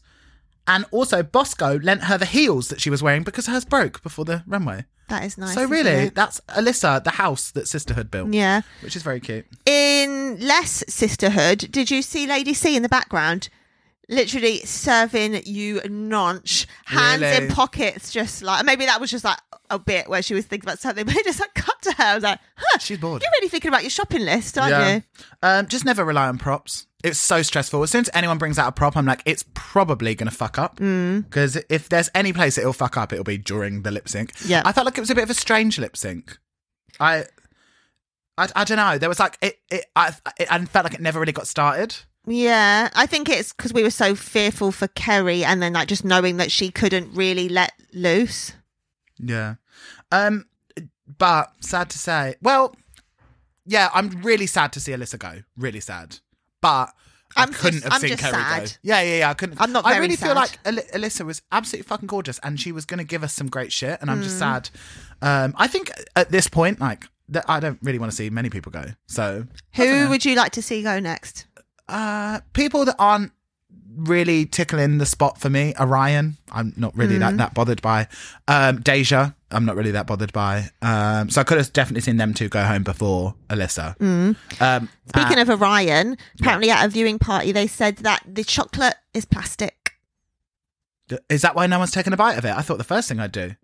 [SPEAKER 1] and also Bosco lent her the heels that she was wearing because hers broke before the runway.
[SPEAKER 2] That is nice.
[SPEAKER 1] So
[SPEAKER 2] isn't
[SPEAKER 1] really,
[SPEAKER 2] it?
[SPEAKER 1] that's Alyssa, the house that Sisterhood built.
[SPEAKER 2] yeah.
[SPEAKER 1] Which is very cute.
[SPEAKER 2] In less sisterhood, did you see Lady C in the background? Literally serving you nonch, hands
[SPEAKER 1] Really?
[SPEAKER 2] in pockets, just like maybe that was just like a bit where she was thinking about something, but it just like cut to her. I was like, huh,
[SPEAKER 1] She's bored.
[SPEAKER 2] You're really thinking about your shopping list, aren't you?
[SPEAKER 1] Um, just never rely on props. It's so stressful. As soon as anyone brings out a prop, I'm like, it's probably going to fuck up. Because if there's any place it'll fuck up, it'll be during the lip sync.
[SPEAKER 2] Yeah.
[SPEAKER 1] I felt like it was a bit of a strange lip sync. I, I, I don't know. There was like, it, it, I, it, I felt like it never really got started.
[SPEAKER 2] Yeah, I think it's because we were so fearful for Kerry, and then like just knowing that she couldn't really let loose.
[SPEAKER 1] Yeah. Um, but sad to say, well, yeah, I'm really sad to see Alyssa go. Really sad. But I
[SPEAKER 2] I'm
[SPEAKER 1] couldn't
[SPEAKER 2] just-
[SPEAKER 1] have
[SPEAKER 2] I'm
[SPEAKER 1] seen
[SPEAKER 2] just
[SPEAKER 1] Kerry go.
[SPEAKER 2] sad.
[SPEAKER 1] Yeah, yeah, yeah. I couldn't.
[SPEAKER 2] I'm not
[SPEAKER 1] I
[SPEAKER 2] very
[SPEAKER 1] really feel
[SPEAKER 2] sad.
[SPEAKER 1] like Al- Alyssa was absolutely fucking gorgeous, and she was going to give us some great shit. And I'm
[SPEAKER 2] Mm.
[SPEAKER 1] just sad. Um, I think at this point, like, that I don't really want to see many people go. So
[SPEAKER 2] Who would you like to see go next?
[SPEAKER 1] uh, people that aren't really tickling the spot for me orion i'm not really that, that bothered by um deja i'm not really that bothered by um so i could have definitely seen them two go home before alyssa um
[SPEAKER 2] Speaking of Orion, apparently at a viewing party they said that the chocolate is plastic.
[SPEAKER 1] is that why no one's taken a bite of it i thought the first thing i'd do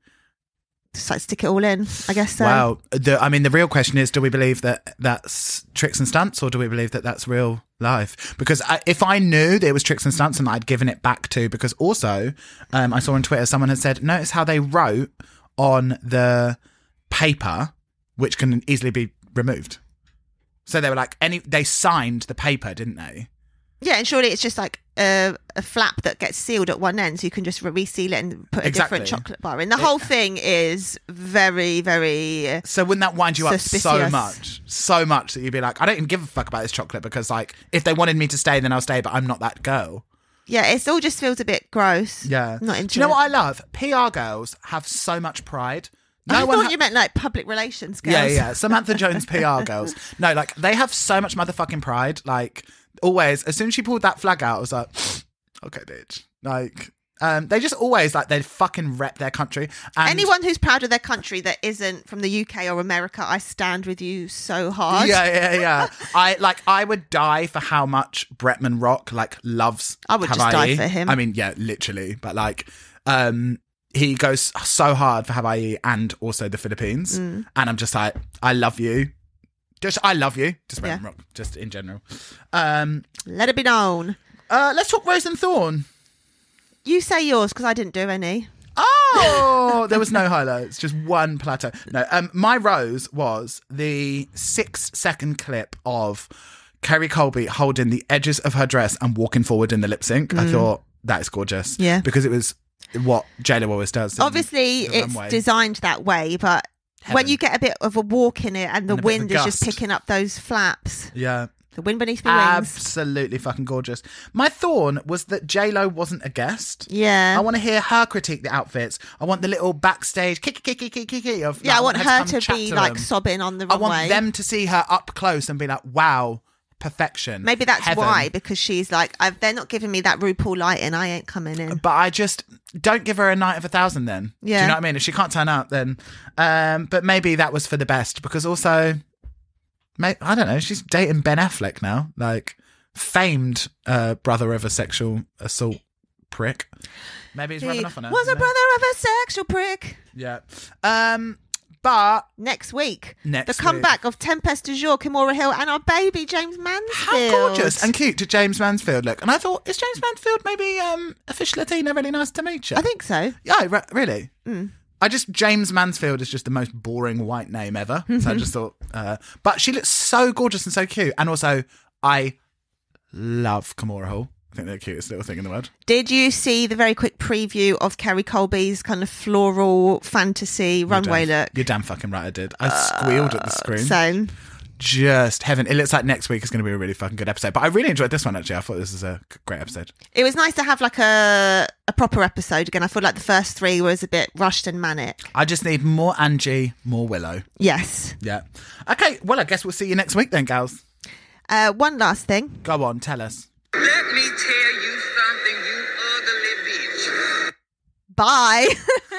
[SPEAKER 2] Just like stick it all in, I guess. So.
[SPEAKER 1] wow the i mean the real question is do we believe that that's tricks and stunts or do we believe that that's real life because I, if i knew that it was tricks and stunts and i'd given it back to because also um i saw on twitter someone had said notice how they wrote on the paper which can easily be removed so they were like any they signed the paper didn't they
[SPEAKER 2] Yeah, and surely it's just like a, a flap that gets sealed at one end, so you can just re- reseal it and put a
[SPEAKER 1] Exactly.
[SPEAKER 2] different chocolate bar in. The whole thing is very, very.
[SPEAKER 1] so wouldn't that wind you up so
[SPEAKER 2] Suspicious.
[SPEAKER 1] much so much that you'd be like i don't even give a fuck about this chocolate because like if they wanted me to stay then i'll stay but i'm not that girl
[SPEAKER 2] Yeah, it's all just feels a bit gross.
[SPEAKER 1] Yeah.
[SPEAKER 2] not into.
[SPEAKER 1] Do you know
[SPEAKER 2] it.
[SPEAKER 1] what I love? PR girls have so much pride. No
[SPEAKER 2] I
[SPEAKER 1] one.
[SPEAKER 2] thought
[SPEAKER 1] ha-
[SPEAKER 2] you meant like public relations girls.
[SPEAKER 1] yeah, yeah. Samantha Jones PR girls. No, like they have so much motherfucking pride. Like always, as soon as she pulled that flag out, I was like, okay, bitch. Like, um, they just always like they fucking rep their country. And
[SPEAKER 2] Anyone who's proud of their country that isn't from the UK or America, I stand with you so hard.
[SPEAKER 1] Yeah, yeah, yeah. I like. I would die for how much Bretman Rock like loves.
[SPEAKER 2] I would just
[SPEAKER 1] Hawaii.
[SPEAKER 2] die for him.
[SPEAKER 1] I mean, yeah, literally. But like, um, he goes so hard for Hawaii and also the Philippines,
[SPEAKER 2] Mm.
[SPEAKER 1] and I'm just like, I love you. Just, I love you. Just Bretman
[SPEAKER 2] Yeah.
[SPEAKER 1] Rock, just in general. Um,
[SPEAKER 2] Let it be known.
[SPEAKER 1] uh, let's talk Rose and Thorn.
[SPEAKER 2] You say yours because I didn't do any.
[SPEAKER 1] Oh, there was no highlights, just one plateau. No, um, my rose was the six second clip of Kerry Colby holding the edges of her dress and walking forward in the lip sync. I thought that is gorgeous.
[SPEAKER 2] Mm. Yeah.
[SPEAKER 1] because it was what J Lo always does. in
[SPEAKER 2] Obviously,
[SPEAKER 1] the
[SPEAKER 2] it's
[SPEAKER 1] runway.
[SPEAKER 2] designed that way, but when
[SPEAKER 1] Heaven.
[SPEAKER 2] you get a bit of a walk in it and
[SPEAKER 1] And
[SPEAKER 2] the
[SPEAKER 1] a bit of a
[SPEAKER 2] wind is
[SPEAKER 1] gust.
[SPEAKER 2] just picking up those flaps,
[SPEAKER 1] Yeah,
[SPEAKER 2] the wind beneath my wings.
[SPEAKER 1] absolutely fucking gorgeous. My thorn was that J Lo wasn't a guest.
[SPEAKER 2] Yeah.
[SPEAKER 1] I want to hear her critique the outfits. I want the little backstage kick, kick, kick, kick, kick, kick of.
[SPEAKER 2] yeah, I want her
[SPEAKER 1] come
[SPEAKER 2] to,
[SPEAKER 1] chat
[SPEAKER 2] be
[SPEAKER 1] to
[SPEAKER 2] like
[SPEAKER 1] them.
[SPEAKER 2] sobbing on the
[SPEAKER 1] I
[SPEAKER 2] runway.
[SPEAKER 1] want them to see her up close and be like, wow, perfection.
[SPEAKER 2] Maybe that's
[SPEAKER 1] heaven."
[SPEAKER 2] why, because she's like, I've, they're not giving me that RuPaul light and I ain't coming in.
[SPEAKER 1] But I just don't give her a night of a thousand then. Do you
[SPEAKER 2] Yeah.
[SPEAKER 1] know what I mean? If she can't turn up, then. Um, but maybe that was for the best because also, may- I don't know, she's dating Ben Affleck now, like famed uh, brother of a sexual assault prick. Maybe he's
[SPEAKER 2] He
[SPEAKER 1] rubbing off on her.
[SPEAKER 2] was
[SPEAKER 1] who
[SPEAKER 2] a
[SPEAKER 1] knows?
[SPEAKER 2] brother of a sexual prick.
[SPEAKER 1] Yeah. Um, but
[SPEAKER 2] Next week,
[SPEAKER 1] Next
[SPEAKER 2] the comeback of Tempest du jour, Kimora Hill, and our baby James
[SPEAKER 1] How
[SPEAKER 2] Mansfield.
[SPEAKER 1] gorgeous and cute did James Mansfield look? And I thought, is James Mansfield maybe um, a fish Latina? Really nice to meet you.
[SPEAKER 2] I think so.
[SPEAKER 1] Yeah, re- really.
[SPEAKER 2] Mm.
[SPEAKER 1] I just James Mansfield is just the most boring white name ever. So I just thought, uh, but she looks so gorgeous and so cute, and also I love Kamora Hall. I think they're the cutest little thing in the world.
[SPEAKER 2] Did you see the very quick preview of Kerry Colby's kind of floral fantasy runway
[SPEAKER 1] Damn-
[SPEAKER 2] look? Uh,
[SPEAKER 1] You're damn fucking right. I did. I squealed at the screen.
[SPEAKER 2] Same.
[SPEAKER 1] Just heaven. It looks like next week is going to be a really fucking good episode. But I really enjoyed this one actually. I thought this was a g- great episode.
[SPEAKER 2] It was nice to have like a a proper episode again. I feel like the first three was a bit rushed and manic.
[SPEAKER 1] I just need more Angie, more Willow.
[SPEAKER 2] Yes.
[SPEAKER 1] Yeah. Okay. Well, I guess we'll see you next week then, gals.
[SPEAKER 2] Uh, one last thing.
[SPEAKER 1] Go on, tell us.
[SPEAKER 4] Let me tell you something, you ugly bitch.
[SPEAKER 2] Bye.